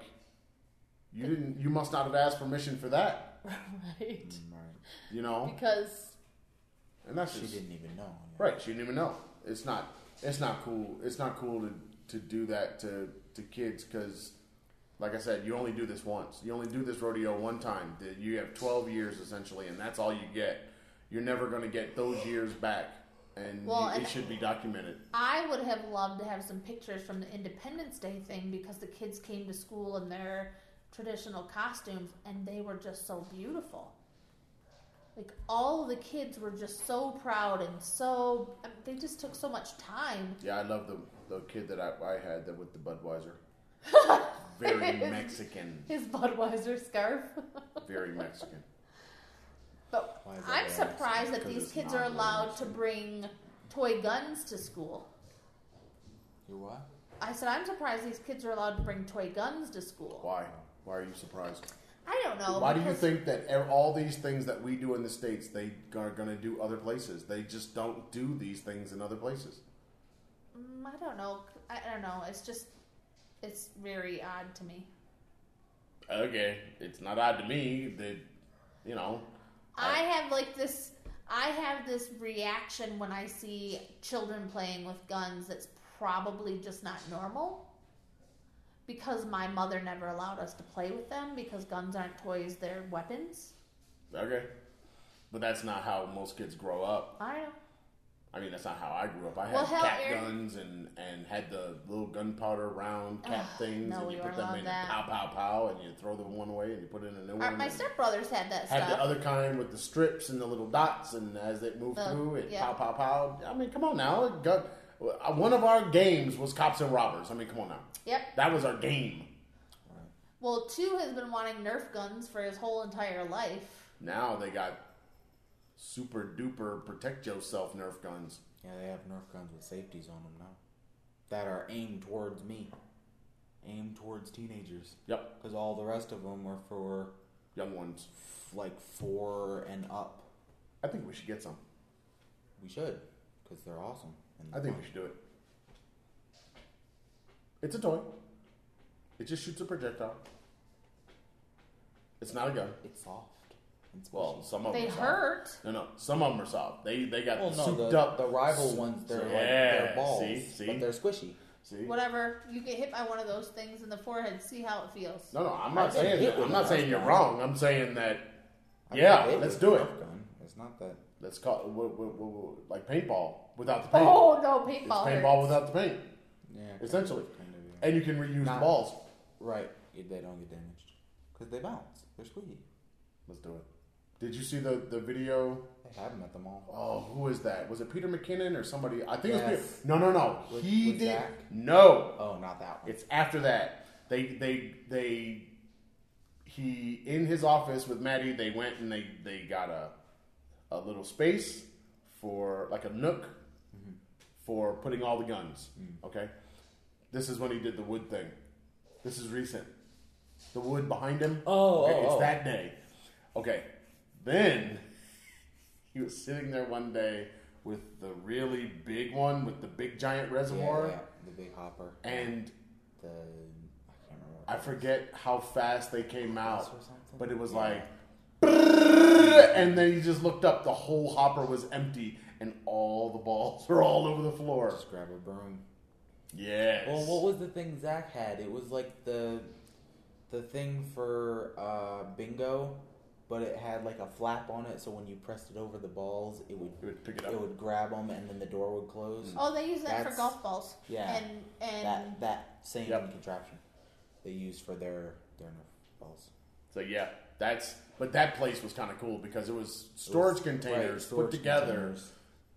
you didn't. You must not have asked permission for that,
Right.
Mm, Right.
you know.
Because
And that's
She
just,
didn't even know. yeah.
Right. She didn't even know. It's not. It's not cool. It's not cool to to do that to to kids because, like I said, you only do this once. You only do this rodeo one time. That You have twelve years essentially, and that's all you get. You're never going to get those years back, and
Well,
it,
and-
it should be documented.
I would have loved to have some pictures from the Independence Day thing because the kids came to school in their traditional costumes and they were just so beautiful. Like all of the kids were just so proud and so I mean, they just took so much time.
Yeah, I love the the kid that I, I had that with the Budweiser. Very Mexican.
His Budweiser scarf.
Very Mexican.
but
Why is that
I'm
bad?
surprised that
Because
these
it's
kids
not
are
really
allowed to
Mexican.
bring toy guns to school.
You what?
I said I'm surprised these kids are allowed to bring toy guns to school.
Why? Why are you surprised?
I don't know.
Why do you
because-
think that e- all these things that we do in the states, they are going to do other places? They just don't do these things in other places.
Mm, I don't know. I I don't know. It's just, it's very odd to me.
Okay, it's not odd to me that you know.
I have like this. I have this reaction when I see children playing with guns. That's probably just not normal. because my mother never allowed us to play with them because guns aren't toys, they're weapons.
Okay. But that's not how most kids grow up.
I don't know.
I mean, that's not how I grew up. I had
Well, hell,
cat
Eric-
guns and, and had the little gunpowder round cat
Ugh,
things,
no,
and
we
you
weren't
put them
allowed
in
that.
pow pow pow, and you throw them one away and you put in a new
Our,
one.
my
and
stepbrothers had that
Mm. had
stuff.
the other kind with the strips and the little dots, and as they moved
The-
through, it
yeah.
pow pow pow. I mean, come on now. It got, uh, one of our games was cops and robbers. I mean, come on now.
Yep.
That was our game.
Well, two has been wanting Nerf guns for his whole entire life.
Now they got super duper protect yourself Nerf guns.
Yeah, they have Nerf guns with safeties on them now that are aimed towards me, aimed towards teenagers.
Yep,
Because all the rest of them are for
young ones.
like four and up.
I think we should get some.
We should, because they're awesome. And
I think we should do it. It's a toy. It just shoots a projectile. It's not a gun.
it's soft. and squishy.
Well, some of
They
them. are soft.
hurt.
No, no. Some of them are soft. They they got
Well,
the
no,
souped
the,
up.
the rival ones, they're like
Yeah,
they're balls,
see, see?
but they're squishy.
See?
Whatever. You get hit by one of those things in the forehead, see how it feels.
No, no. I'm
I
not
get
saying
hit
that-
with
I'm
a
not
Nerf
saying you're
gun.
wrong. I'm saying that.
I mean,
Yeah,
it
let's
is
do
a
it.
Nerf Gun. It's not that.
Let's call what, what, what, what, like paintball without the paint.
Oh no,
it's
paintball.
paintball
hurts.
without the paint,
Yeah, kind of-
Essentially.
kind of, yeah.
and you can reuse
Nah.
the balls.
Right. If they don't get damaged. Because they bounce. They're squeaky.
Let's do it. Did you see the the video?
They have them at the mall.
Oh, who is that? Was it Peter McKinnon or somebody? I think it was
Yes.
Peter. No, no, no.
With-
he
with
did
Zach?
no.
Oh, not that one.
It's after that. They they they he in his office with Maddie, they went and they they got a a little space for like a nook for putting all the guns.
Mm-hmm.
Okay? This is when he did the wood thing. This is recent. The wood behind him.
Oh,
okay,
oh,
it's
oh.
that day. Okay. Then he was sitting there one day with the really big one with the big giant
Yeah,
reservoir
yeah, the big hopper.
and
the I can't remember. what
I forget how fast they came
Or
out,
something.
but it was
Yeah.
like, "Brrrr," and then you just looked up, the whole hopper was empty, and all the balls were all over the floor.
Just grab a broom.
Yes.
Well, what was the thing Zach had? It was like the the thing for uh, bingo, but it had like a flap on it, so when you pressed it over the balls, it would
You would Mm. pick it up.
it would grab them, and then the door would close.
Oh, they use that for
That's-
golf balls.
yeah.
And and
That that same
Yep.
contraption they use for their their Nerf balls.
So yeah, that's. But that place was kind of cool because it was storage containers
Right,
put
storage
together.
containers.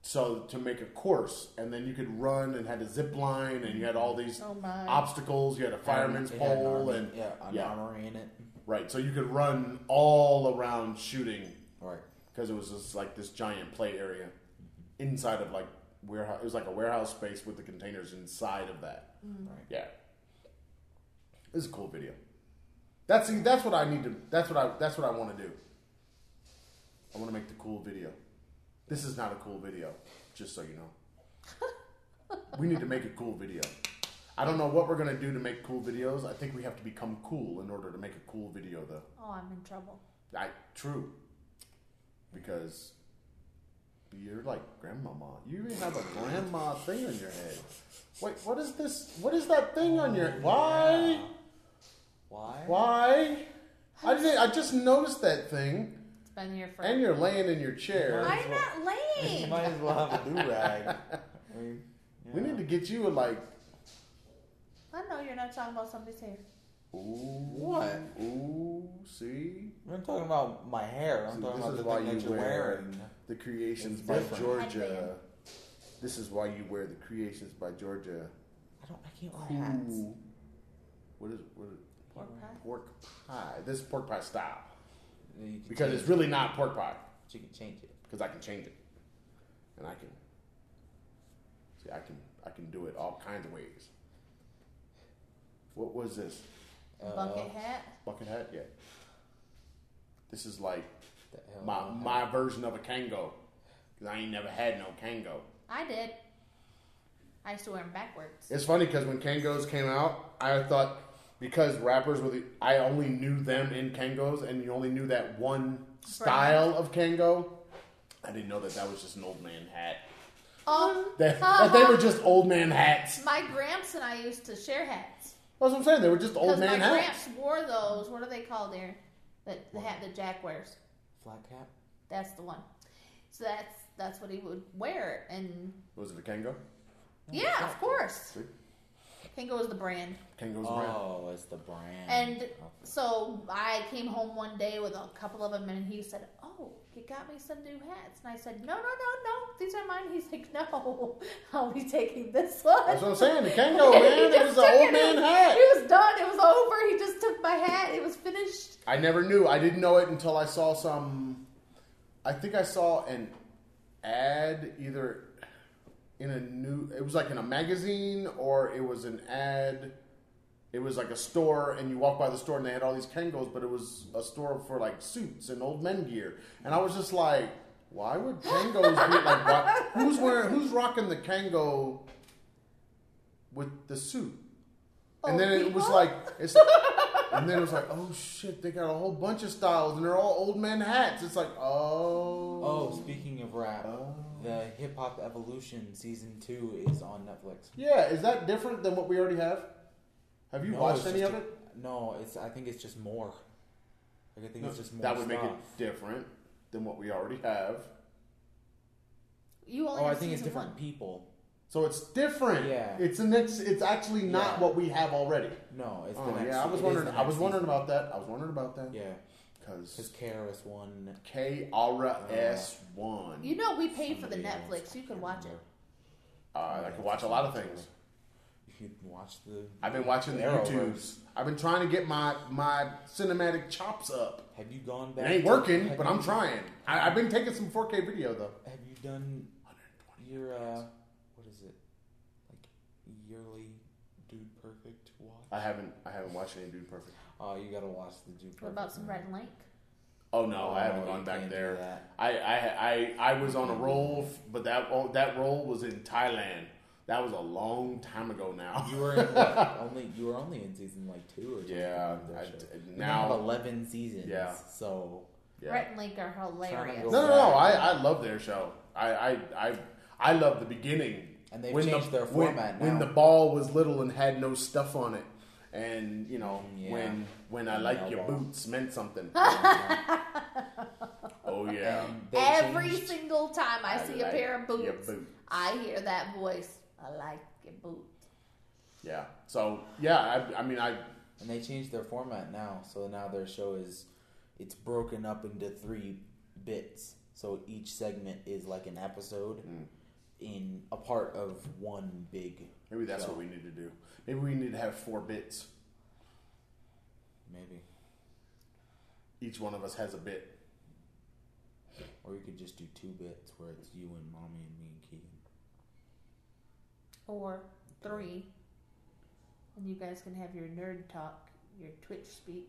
So to make a course, and then you could run and had a zip line, and you had all these
oh my.
obstacles. You had a fireman's
It had an
pole,
army-
and
yeah, an
yeah.
armory in it.
right, so you could run all around shooting
Right.
because it was just like this giant play area inside of like warehouse. It was like a warehouse space with the containers inside of that.
Mm.
Right.
Yeah, this is a cool video. That's see, that's what I need to. That's what I. That's what I want to do. I want to make the cool video. This is not a cool video, just so you know. we need to make a cool video. I don't know what we're gonna do to make cool videos. I think we have to become cool in order to make a cool video, though.
Oh, I'm in trouble.
I true. Because you're like grandmama. You even have a grandma thing on your head. Wait, what is this? What is that thing on
Oh,
your? Why?
Why?
Why? I didn't. I just noticed that thing,
It's been here for.
and you're laying in your chair.
I'm not
You
lame.
might as well have a do rag. I mean,
We
yeah.
need to get you a like.
I know you're not talking about somebody's hair.
Ooh,
What?
Ooh, see
We're not talking about my hair. I'm
See,
talking
this
about
is
the
why
thing that
you
you're
wear-
wearing.
the creations
It's
by
different.
Georgia. This is why you wear the creations by Georgia.
I don't. I can't wear hats.
Ooh. What is what is
Pork pie.
pork pie? This is pork pie style
You can
because
change,
it's really not pork pie
but you can change it.
because I can change it and I can see I can I can do it all kinds of ways. What was this
LL,
Bucket hat.
bucket hat? Yeah, this is like
the LL
my
hat.
my version of a Kango because I ain't never had no Kango.
I did. I used to wear them backwards.
It's funny because when Kangos came out, I thought because rappers were the I only knew them in Kangos, and you only knew that one style of Kango. I didn't know that that was just an old man hat.
Um,
That, that they were just old man hats.
my gramps and I used to share hats.
That's what I'm saying. They were just old
Because my
man hats.
gramps wore those. What are they called there? That the hat that Jack wears.
Flat cap?
That's the one. So that's that's what he would wear. And
Was it a Kango?
yeah, of course.
See?
Kingo is the brand.
Kango's around.
Oh, it's the brand.
And
Okay.
so I came home one day with a couple of them, and he said, "Oh, you got me some new hats." And I said, "No, no, no, no, these are mine." He's like, "No, I'll be taking this one."
That's what I'm saying. The Kango, man.
He
It
just
was an
took
old
it.
man hat.
It was done. It was over. He just took my hat. It was finished.
I never knew. I didn't know it until I saw some. I think I saw an ad either in a new. It was like in a magazine or it was an ad. It was like a store, and you walk by the store, and they had all these Kangos, but it was a store for like suits and old men gear. And I was just like, why would Kangos be like? Why, who's wearing? Who's rocking the Kango with the suit? And
Old
then it was
people?
like, it's, and then it was like, oh shit, they got a whole bunch of styles, and they're all old man hats. It's like, oh,
Oh, speaking of rap,
Oh.
the Hip Hop Evolution season two is on Netflix.
yeah. Is that different than what we already have? Have you
No,
watched
it's
any
just
of
a-
it?
No, it's. I think it's just more. Like I think it's just more.
that would make it
stuff.
different than what we already have.
You only
Oh, I
have
think it's
season
different
one.
people.
So it's different.
Yeah.
It's the next. It's actually not
Yeah.
what we have already.
No, it's the
Oh
next.
yeah, I
se-
was
it is
wondering.
the
I
next
was wondering
season.
about that. I was wondering about that
Yeah, because
because
Karis won.
K R S one.
You know we pay for the
somebody else.
Netflix. You can watch it.
Uh, I could watch a lot of things.
You can watch the.
I've been watching the
Arrowverse.
YouTubes. I've been trying to get my my cinematic chops up.
Have you gone
It
back?
ain't
to-
working,
have
but
you-
I'm trying. I, I've been taking some 4K video though.
Have you done your uh, what is it? Like yearly Dude Perfect watch?
I haven't I haven't watched any Dude Perfect.
Oh, you gotta watch the Dude Perfect.
What about some
man.
Red Lake?
Oh no, I
Oh,
haven't
you
gone
can't
back
do
there.
that.
I, I I I was on a roll, f- but that oh, that roll was in Thailand. That was a long time ago now.
You were in what? only you were only in season like two or something.
Yeah,
of that
I-
show.
d-
And they
now-
have eleven seasons.
Yeah.
So
Yeah.
Red and Link are hilarious.
go-
No, no, no. I, I love their show. I I I, I love the beginning.
And they've
When the-
changed their
when-
format
When
now.
the ball was little and had no stuff on it, and you know
Yeah.
when when I like your
Elbow.
boots meant something.
uh,
oh yeah.
and they
Every
changed-
single time I,
I
see a
like
pair of
your
boots,
boots.
I hear that voice. I like your boots.
Yeah. So yeah, I, I mean I
and they changed their format now. So now their show is it's broken up into three bits. So each segment is like an episode
Mm.
in a part of one big.
maybe that's
show.
what we need to do. Maybe we need to have four bits.
maybe,
Each one of us has a bit.
or you could just do two bits where it's you and mommy and me and Keegan.
Or three. And you guys can have your nerd talk, your Twitch speak.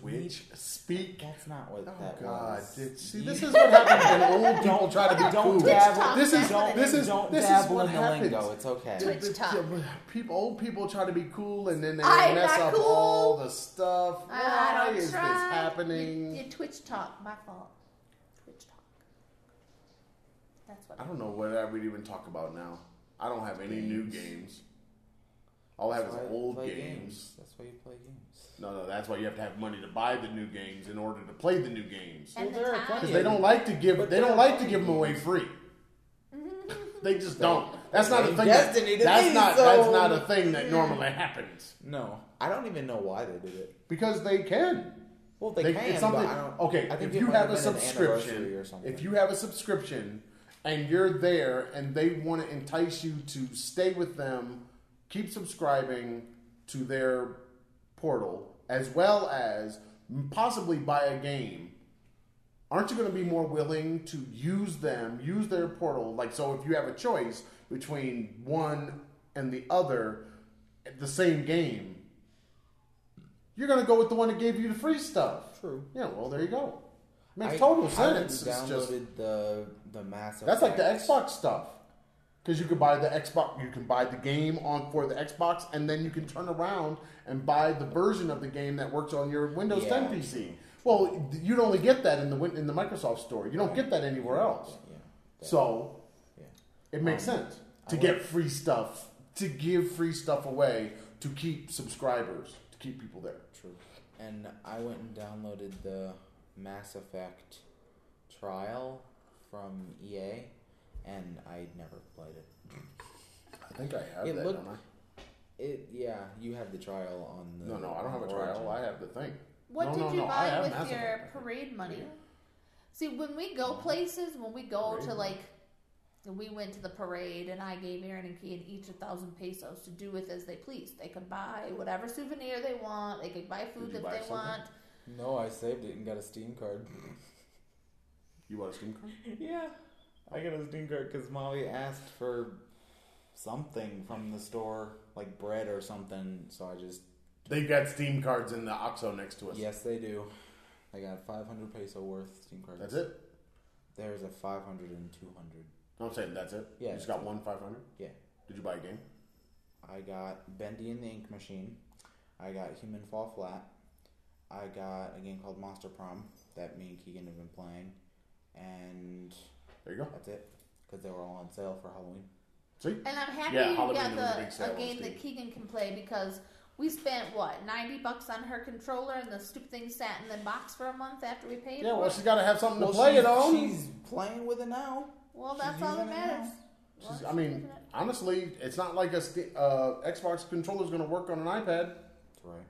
Twitch speak.
That's not what
Oh
that
God!
was.
Did, see,
You-
this is what happens when old people try to be
Don't
cool.
dabble.
This is
Don't-
this is
don't
this is
dabble
what
in the
happens.
lingo. It's okay.
Twitch
The- the-
talk.
People, old people try to be cool and then they
I'm
mess
not
up
cool.
all the stuff. Why
I don't
is
try.
this happening?
Your, your Twitch talk, my fault. Twitch talk. That's what
I don't know what I would even talk about now. I don't have any new games. All I have
That's
is
why you
old
play
games.
That's why you play games.
No, no, that's why you have to have money to buy the new games in order to play the new games.
And
Well,
the
there are
time.
plenty
Because
of-
they don't like to give.
But
They don't
they're
like to
money
give them away free. They just don't. That's not a
They
thing.
destiny
That,
to
that's
be,
not. That's
so-
not a thing that normally happens
No, I don't even know why they did it.
because they can.
Well, they,
They-
can.
it's something.
but I don't,
okay,
I think
if
it
you
might
have a
been an
subscription,
anniversary or something.
if you have a subscription, and you're there, and they want to entice you to stay with them, keep subscribing to their portal, as well as possibly buy a game. Aren't you going to be more willing to use them, use their portal? Like, so if you have a choice between one and the other, the same game, you're going to go with the one that gave you the free stuff.
true,
Yeah, well, there you go. Makes
I-
total
I
sense.
even
It's just
downloaded the the massive.
that's like the Xbox stuff because you can buy the Xbox, you can buy the game on for the Xbox, and then you can turn around and buy the version of the game that works on your Windows
Yeah.
10 PC. Well, you'd only get that in the Win- in the Microsoft store. You don't get that anywhere else.
Yeah,
So
yeah.
it makes
Um,
sense
I
to
went-
get free stuff, to give free stuff away to keep subscribers, to keep people there.
True. And I went and downloaded the Mass Effect trial from EA, and I never played it.
I think I have
It
that,
looked-
don't I?
It yeah, you have the trial on the.
No, no, I don't have a trial. I have the thing.
What
No,
did
no,
you
no, I
buy
have
with
Mass
your
Effect, I think.
parade money?
Yeah.
See, when we go places, when we go to
Parade money.
like, we went to the parade and I gave Aaron and Kean each a thousand pesos to do with as they pleased. They could buy whatever souvenir they want. They could buy food
you
that
buy
they
something?
want.
no, I saved it and got a Steam card.
You bought a Steam card?
yeah, I got a Steam card because Molly asked for something from the store, like bread or something. So I just
They've got Steam cards in the OXO next to us.
yes, they do. I got 500 peso worth Steam cards.
That's it?
There's a 500 and 200.
No, I'm saying that's it?
Yeah,
You just got one 500?
Yeah.
Did you buy a game?
I got Bendy and the Ink Machine. I got Human Fall Flat. I got a game called Monster Prom that me and Keegan have been playing. And
There you go.
that's it. Because they were all on sale for Halloween.
See?
And I'm happy
Yeah,
you
Halloween there
got
was a big
the
sale
a
on
game that Keegan can play because we spent what ninety bucks on her controller and the stupid thing sat in the box for a month after we paid.
Yeah,
for
well,
it.
she's got to have something
Well,
to play
she's-
it on.
She's playing with it now.
well,
she's
that's all that
using it
matters.
now.
Well,
She's-
she's
I mean,
using it.
honestly, it's not like a st- uh, Xbox controller is going to work on an iPad.
That's right.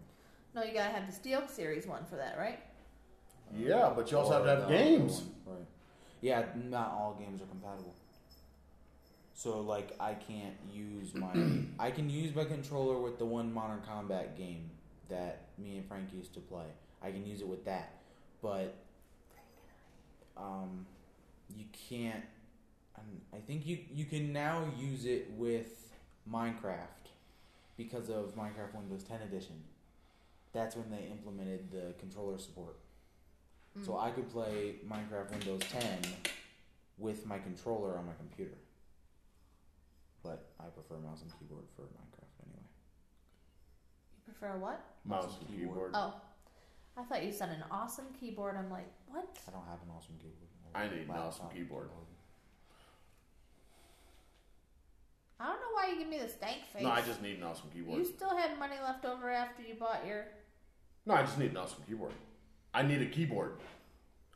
no, you gotta have the Steel Series one for that, right?
Yeah, but you also have
Or uh,
to have
the other
games.
one. Right. Yeah, not all games are compatible. So like I can't use my I can use my controller with the one Modern Combat game that me and Frank used to play. I can use it with that. But um you can't and I think you you can now use it with Minecraft because of Minecraft Windows 10 edition. That's when they implemented the controller support. So
Mm.
I could play Minecraft Windows 10 with my controller on my computer. But I prefer mouse and keyboard for Minecraft anyway.
You prefer what?
Mouse and keyboard.
Keyboard.
Oh, I thought you said an awesome keyboard. I'm like, what?
I don't have an awesome keyboard.
I need an
Laptop
awesome keyboard.
I don't know why you give me the stank face.
No, I just need an awesome
you
keyboard.
still had money left over after you bought your.
No, I just need an awesome keyboard. I need a keyboard.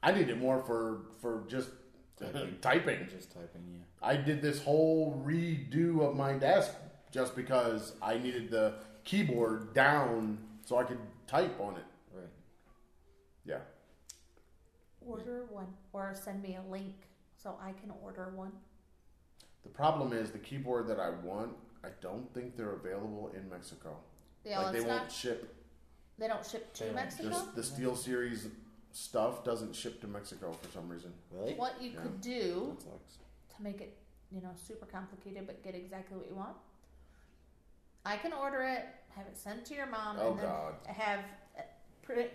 I need it more for for just
Typing.
typing.
Just typing, yeah.
I did this whole redo of my desk just because I needed the keyboard down so I could type on it.
Right.
Yeah.
Order one, or send me a link so I can order one.
The problem is the keyboard that I want, I don't think they're available in Mexico.
Yeah,
like they
it's
won't
not.
ship.
They don't ship to
They don't.
There's,
Mexico.
the Steel Series stuff doesn't ship to Mexico for some reason.
Really?
What you
Yeah.
could do
That sucks.
to make it, you know, super complicated but get exactly what you want. I can order it, have it sent to your mom,
Oh
and then
God.
have uh, print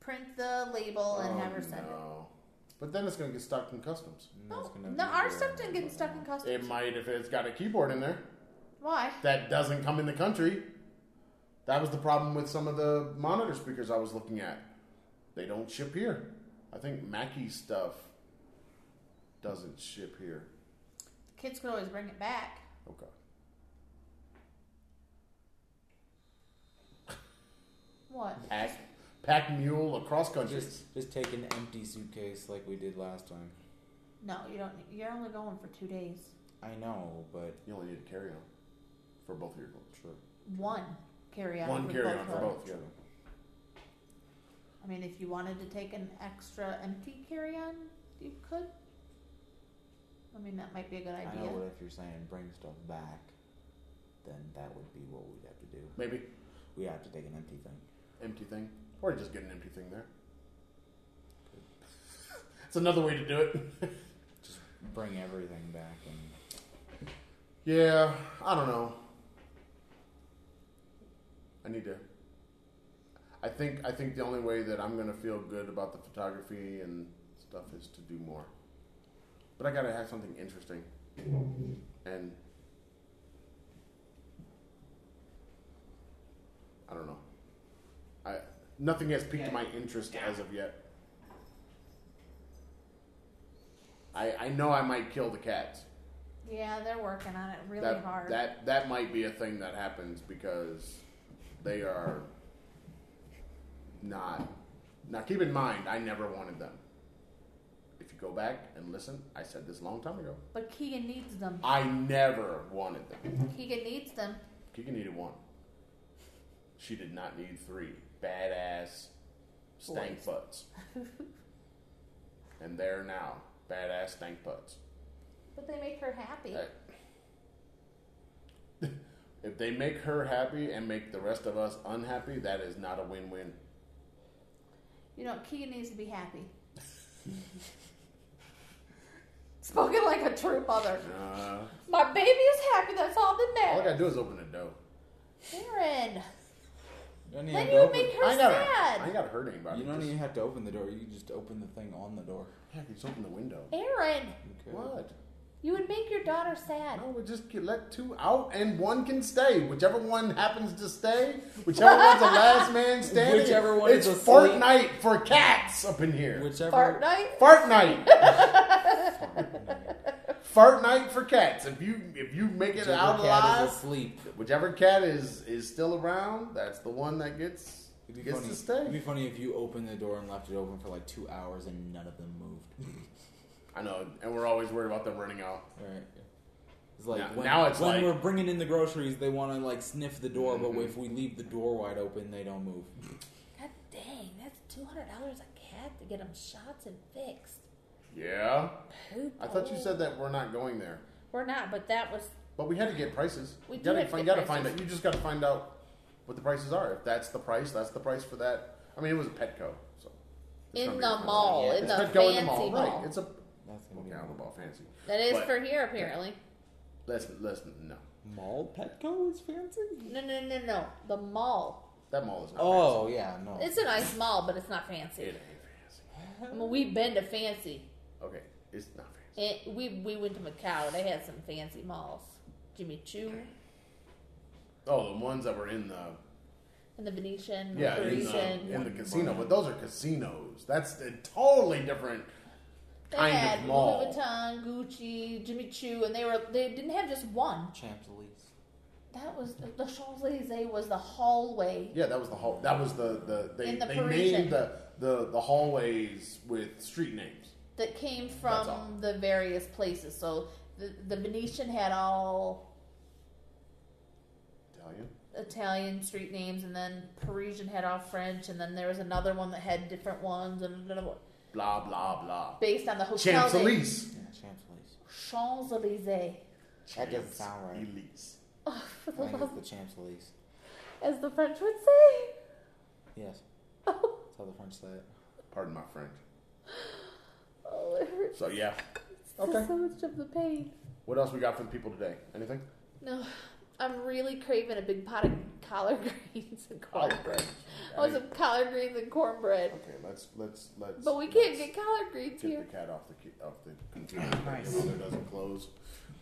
print the label and have her send it.
Oh, no. But then it's gonna get stuck in customs.
And
No,
that's gonna
no
be
our
your-
stuff didn't get stuck in customs.
It might if it's got a keyboard in there
Why?
that doesn't come in the country. That was the problem with some of the monitor speakers I was looking at. They don't ship here. I think Mackie stuff doesn't ship here.
Kids could always bring it back.
Okay.
What?
Pack, pack mule across country.
Just, just take an empty suitcase like we did last time.
No, you don't. You're only going for two days.
I know, but
You only need a carry on for both of your clothes.
true.
One carry on.
One
for
carry-on
both
for
of
both.
them.
yeah.
I mean, if you wanted to take an extra empty carry on, you could. I mean, that might be a good
I know
idea.
what if you're saying bring stuff back, then that would be what we'd have to do.
Maybe
We have to take an empty thing.
empty thing, or just get an empty thing there. it's another way to do it.
Just bring everything back and
Yeah, I don't know. I need to. I think I think the only way that I'm gonna feel good about the photography and stuff is to do more. But I gotta have something interesting, and I don't know. I nothing has piqued my interest as of yet. I I know I might kill the cats.
Yeah, they're working on it really
that,
hard.
That that might be a thing that happens because they are not. Now, keep in mind, I never wanted them. If you go back and listen, I said this a long time ago.
but Keegan needs them.
I never wanted them.
Keegan needs them.
Kika needed one. She did not need three badass stank
Boys.
butts. and they're now badass stank butts.
But they make her happy.
Hey. If they make her happy and make the rest of us unhappy, that is not a win-win.
You know, Keegan needs to be happy. Spoken like a true mother.
Uh,
My baby is happy. That's all that
all I
matters.
gotta do is open the door.
Aaron,
You don't
then
even have to
you
open-
make
I
her
ain't gotta, I
sad.
ain't gotta hurt anybody.
You don't
just,
even have to open the door. You can just open the thing on the door.
yeah, just open the window.
Aaron,
You could.
What?
you would make your daughter sad.
No, we just get, let two out and one can stay. Whichever one happens to stay, whichever one's the last man standing.
Whichever one
it's
is asleep.
fart night for cats up in here.
Whichever.
Fart night?
fart night,
Fart night.
fart night for cats. If you if you make it
Whichever
out
cat
alive,
is asleep.
whichever cat is is still around, that's the one that gets
It'd be,
gets
funny.
to stay.
It'd be funny if you opened the door and left it open for like two hours and none of them moved.
I know, and we're always worried about them running out.
Alright. It's like Mm-hmm.
Now-
when,
now it's
when
like-
we're bringing in the groceries, they want to like sniff the door, but if we leave the door wide open, they don't move.
God dang, that's $200 a cat to get them shots and fixed.
Yeah,
Poop
I thought you said that we're not going there,
We're not, but that was.
but we had to get prices.
We
you
do
gotta
have to
find,
get
gotta find out.
prices.
You just gotta find out what the prices are. If that's the price, that's the price for that. I mean, it was a Petco, so it's
In
gonna be
the
a-
mall,
yeah.
in
It's
the
Petco
fancy
in the mall,
mall.
right? It's a
That's gonna
okay,
be
I don't know about fancy.
That is
But-
for here, apparently.
Listen, listen, no,
mall Petco is fancy.
No, no, no, no. The mall.
that mall is not.
Oh yeah, no.
It's a nice mall, but it's not
fancy.
fancy.
it ain't
I mean, we've been to fancy.
fancy. Okay, it's not fancy.
It, we we went to Macau. They had some fancy malls, Jimmy Choo
Oh, the ones that were in the
and the Venetian,
yeah um, in
Parisian.
the, in the
One
casino,
mall.
but those are casinos. That's a totally different.
they
kind of
had
mall.
Louis Vuitton, Gucci, Jimmy Choo, and they were they didn't have just one.
Champs Elysees.
That was the Champs Elysees was the hallway.
Yeah, that was the hall. That was the the they,
In the
they
Parisian.
named the, the the hallways with street names.
that came
That's all.
from the various places. So the, the Venetian had all
Italian.
Italian street names, and then Parisian had all French, and then there was another one that had different ones, and blah, blah, blah,
Blah blah blah.
based on the hotel.
Champs
they-
Elise.
Yeah, Champs Elysees.
Champs Elysees.
That doesn't sound right.
Elise.
For the
I think
love,
it's the Champs Elysees.
as the French would say.
Yes,
Oh,
that's how the French say it.
Pardon my French.
oh it hurts.
So yeah.
This is
Okay.
So much of the pain.
What else we got for the people today? Anything?
No, I'm really craving a big pot of collard greens and cornbread.
bread.
I want some collard greens and cornbread.
Okay, let's let's let's.
But we can't
let's
get collard greens
get
here.
the cat off the ki- off the computer.
Ah, Nice.
The window doesn't close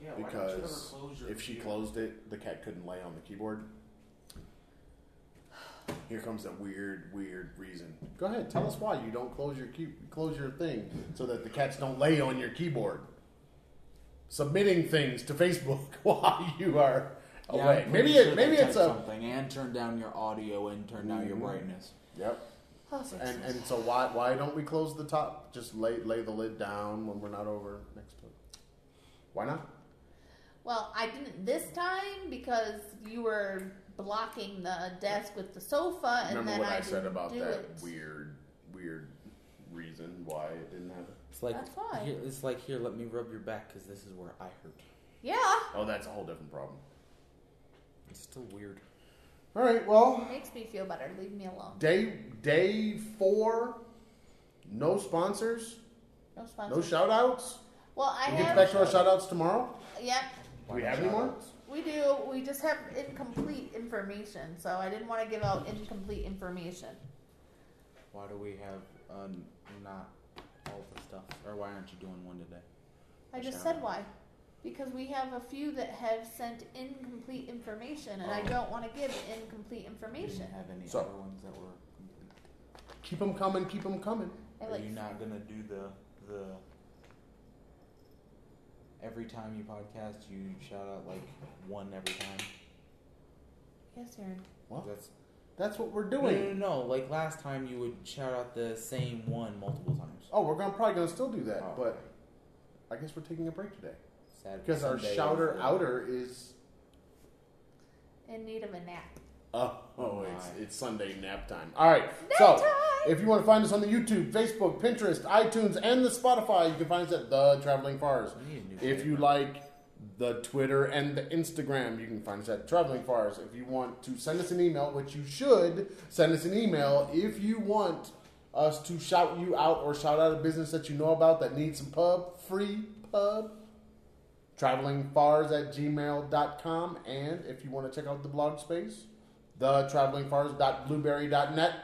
Yeah,
because if she closed it, the cat couldn't lay on the keyboard. Here comes that weird, weird reason. Go ahead, tell us why you don't close your key, close your thing, so that the cats don't lay on your keyboard. Submitting things to Facebook while you are
yeah,
away.
I'm pretty
oh, maybe
sure
it,
they
maybe
typed
it's a.
something and turn down your audio and turn down your
Mhm.
brightness.
Yep.
Oh,
And and so why why don't we close the top? Just lay lay the lid down when we're not over next to it. Why not?
Well, I didn't this time because you were blocking the desk with the sofa, and
Remember
then
what I,
I,
said
didn't
about
do
that
it.
weird weird reason why it didn't happen?
It's like
That's why.
Here, it's like here, let me rub your back because this is where I hurt.
Yeah,
Oh, that's a whole different problem.
It's still weird.
All right, well,
makes me feel better. Leave me alone.
day day 4 no sponsors,
No sponsors.
no shout outs.
well, I
We'll get
have.
back to our shout outs tomorrow.
Yep,
Do we have any more?
we do. We just have incomplete information, so I didn't want to give out incomplete information.
Why do we have uh, not all the stuff? Or why aren't you doing one today?
I
A
just
shout
said
out.
why. Because we have a few that have sent incomplete information, and I
Oh.
don't want to give incomplete
We didn't
information.
have any
So-
other ones that were. complete.
Keep them coming, keep them coming.
I
Are
like
you not gonna do the the every time you podcast, you shout out like one every time.
Yes, Aaron.
What?
That's
That's what we're
no, no,
doing.
no, no. Like last time, you would shout out the same one multiple times.
Oh, we're gonna, probably going to still do that,
Oh,
but I guess we're taking a break today
sad
because our
Sunday is
shouter
the-
outer is.
In need of a nap.
Oh,
Oh,
it's,
my.
it's Sunday nap time. All right,
Nap
so
time!
if you want to find us on the YouTube, Facebook, Pinterest, iTunes, and the Spotify, you can find us at the Traveling Fars.
I need a new
If
favorite.
you like the Twitter and the Instagram, you can find us at Traveling Fars. If you want to send us an email, which you should, send us an email if you want us to shout you out or shout out a business that you know about that needs some pub, free pub. Travelingfars at gmail.com. And if you want to check out the blog space, the travelingfars.blueberry.net.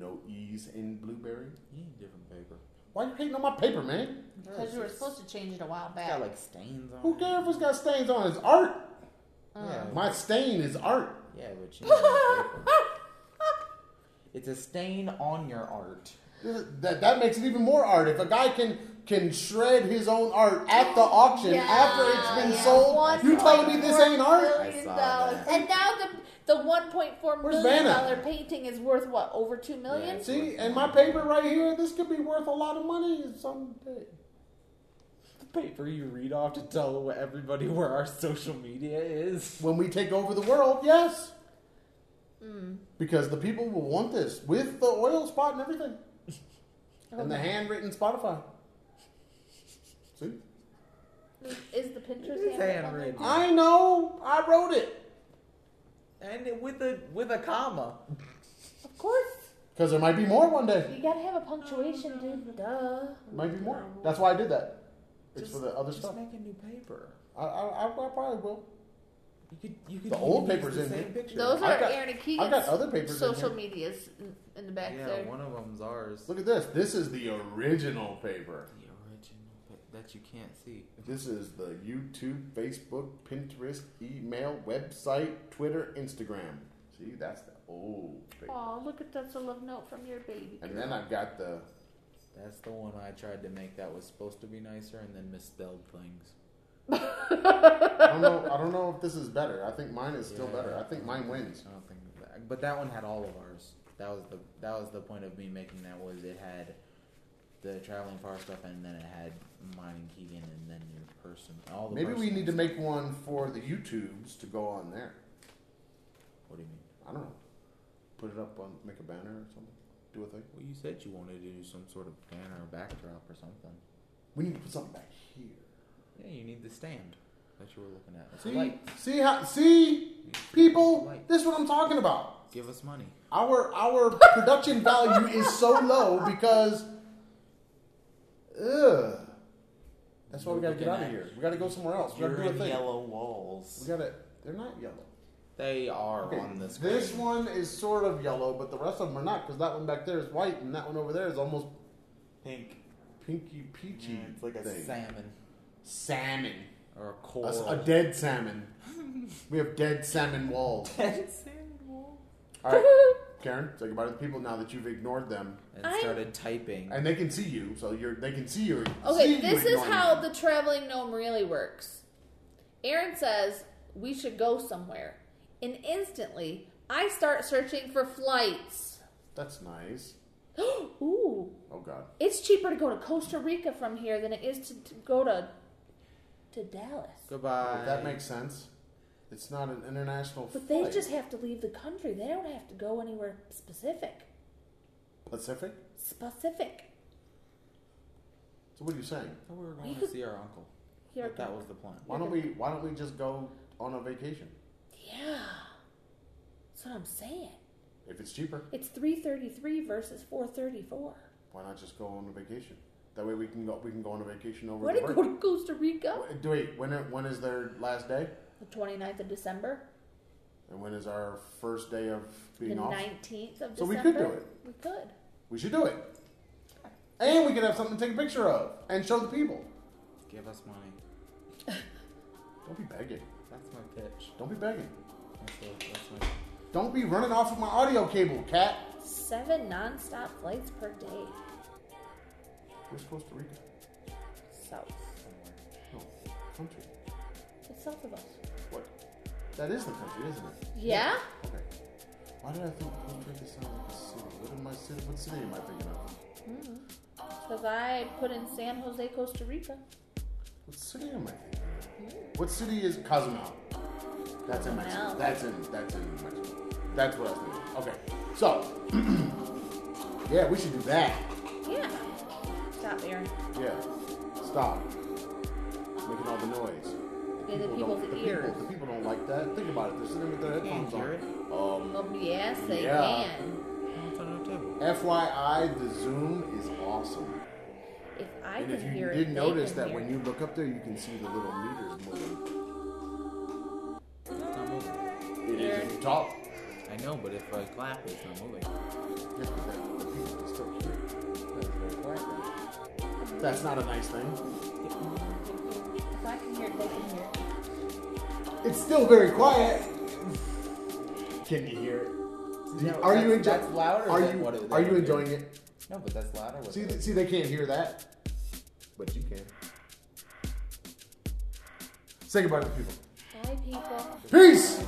No E's in blueberry.
you need different paper.
Why you hating on my paper, man?
Because you were supposed to change it a while
It's
back.
got like stains on.
Who
it.
cares if it's got stains on? it? It's art.
Yeah,
My stain is art.
yeah, but you need new paper. It's a stain on your art.
That that makes it even more art. If a guy can can shred his own art at the auction
Yeah,
after it's been
yeah.
sold,
One
you telling me this ain't art?
billion
I saw
dollars.
that.
And now the the one point four
Where's
million dollar
Vanna?
painting is worth what over two million?
Yeah.
See, and my paper right here, this could be worth a lot of money someday.
The paper you read off to tell everybody where our social media is.
When we take over the world, yes,
Mm.
because the people will want this with the oil spot and everything, and the handwritten Spotify. See,
Is the Pinterest
It
handwritten
is
on
handwritten.
there?
I know, I wrote it.
And it- with a with a comma.
Of course,
Because there might be more one day.
you gotta have a punctuation, dude. Duh.
Might be more. That's why I did that. It's
Just-
for the other
just
stuff.
make a new paper.
I, I, I I probably will.
You could you could
The old
use
paper's
the
in
same
here.
picture.
Those
I've
are
got-
Aaron and
I've got
Keegan's
other papers.
social
in here.
medias in, in the back
yeah,
there.
one of them's ours.
Look at this. This is the original paper.
The original pa- that you can't see.
This is the YouTube, Facebook, Pinterest, email, website, Twitter, Instagram. See, that's the old paper.
Oh, look at that's a love note from your baby.
And then I've got the.
That's the one I tried to make that was supposed to be nicer and then misspelled things.
I don't know. I don't know if this is better. I think mine is still
Yeah.
better. I think mine wins.
I don't think that, but that one had all of ours. That was the that was the point of me making that was it had the traveling far stuff and then it had mine and Keegan and then your person. All the
Maybe we
personal
need to
stuff.
make one for the YouTubes to go on there.
What do you mean?
I don't know. Put it up on, make a banner or something. Do a thing.
Well, you said you wanted to do some sort of banner or backdrop or something.
We need to put something back here.
Yeah, you need the stand that you were looking at. It's a
See,
light.
see how, see,
You need to
people.
light.
This is what I'm talking about.
give us money.
Our our production value is so low because, ugh. That's why we gotta get out of here. We gotta go somewhere else. We gotta do a
Urine
thing.
yellow
We
walls.
gotta. They're not yellow.
They are
Okay,
on this.
this one is sort of yellow, but the rest of them are not because that one back there is white and that one over there is almost
pink.
pinky peachy.
Yeah, it's like a
thing.
salmon
salmon.
or a
A,
coral.
a dead salmon. we have dead salmon walls.
salmon wall.
All right. Karen, say goodbye to the people now that you've ignored them,
And
I'm-
started typing.
and they can see you, so you're they can see you. see
Okay,
you
this is
ignoring
how
them.
the traveling gnome really works. Aaron says we should go somewhere, and instantly I start searching for flights.
That's nice.
Ooh,
Oh God,
it's cheaper to go to Costa Rica from here than it is to, to go to to Dallas.
Goodbye.
But that makes sense. It's not an international.
But they
flight.
just have to leave the country. They don't have to go anywhere specific.
Pacific.
Specific.
So what are you saying?
So we were
You
going to
could-
see our uncle.
Here,
But that was the plan.
Why don't we Why don't we just go on a vacation
yeah, that's what I'm saying.
if it's cheaper?
It's three thirty-three versus four thirty-four.
Why not just go on a vacation? That way we can go we can go on a vacation over
Want
the
to
break.
go to Costa Rica?
Wait, Wait, when when is their last day?
The 29th of December,
And when is our first day of being
the
off?
19th of December.
So we could do
We could.
We should do it. And we could have something to take a picture of and show the people.
Give us money.
Don't be begging.
That's my pitch.
Don't be begging.
That's, the, that's my.
Don't be running off of my audio cable, cat.
Seven nonstop flights per day.
Where's Costa Rica?
South.
Oh. country?
It's south of us.
What? That is the country, isn't it?
Yeah?
Okay. Why did I think Costa Rica sounded like a city? What am I city? What city am I thinking of?
Because I put in San Jose, Costa Rica.
What city am I thinking of? What city is Cozumel? That's in Mexico.
Cozumel.
That's in that's in Mexico. That's what I was thinking. of. Okay. So Yeah, we should do that.
Yeah. Stop, Aaron.
Yeah. Stop. Making all the noise.
Get the
People
people's
don't- the
ears.
People, the people don't like that. Think about it. They're sitting with their
Can't
headphones
hear
on. Um,
Oh, yes, they
Yeah.
can.
It's on our table.
FYI, the Zoom is awesome.
If I
and
can
if you
hear it,
did
they
notice
can
that
hear
when
it.
you look up there, you can see the little meters moving.
It's not moving.
It is if you talk.
I know, but if I clap, it's not moving.
Yes, but that- the people can still hear. That is very quiet. That's not a nice thing.
If I can hear it, they can hear it.
It's still very quiet. Can you hear it? Do you-
No,
are you
that's- that's
enjoying?
louder
Are
than
you
what it-
are
than
you
it
enjoying
is.
it?
No, but that's louder. with
See,
it.
see, they can't hear that, but you can. Say goodbye to the people.
Bye, people.
Peace.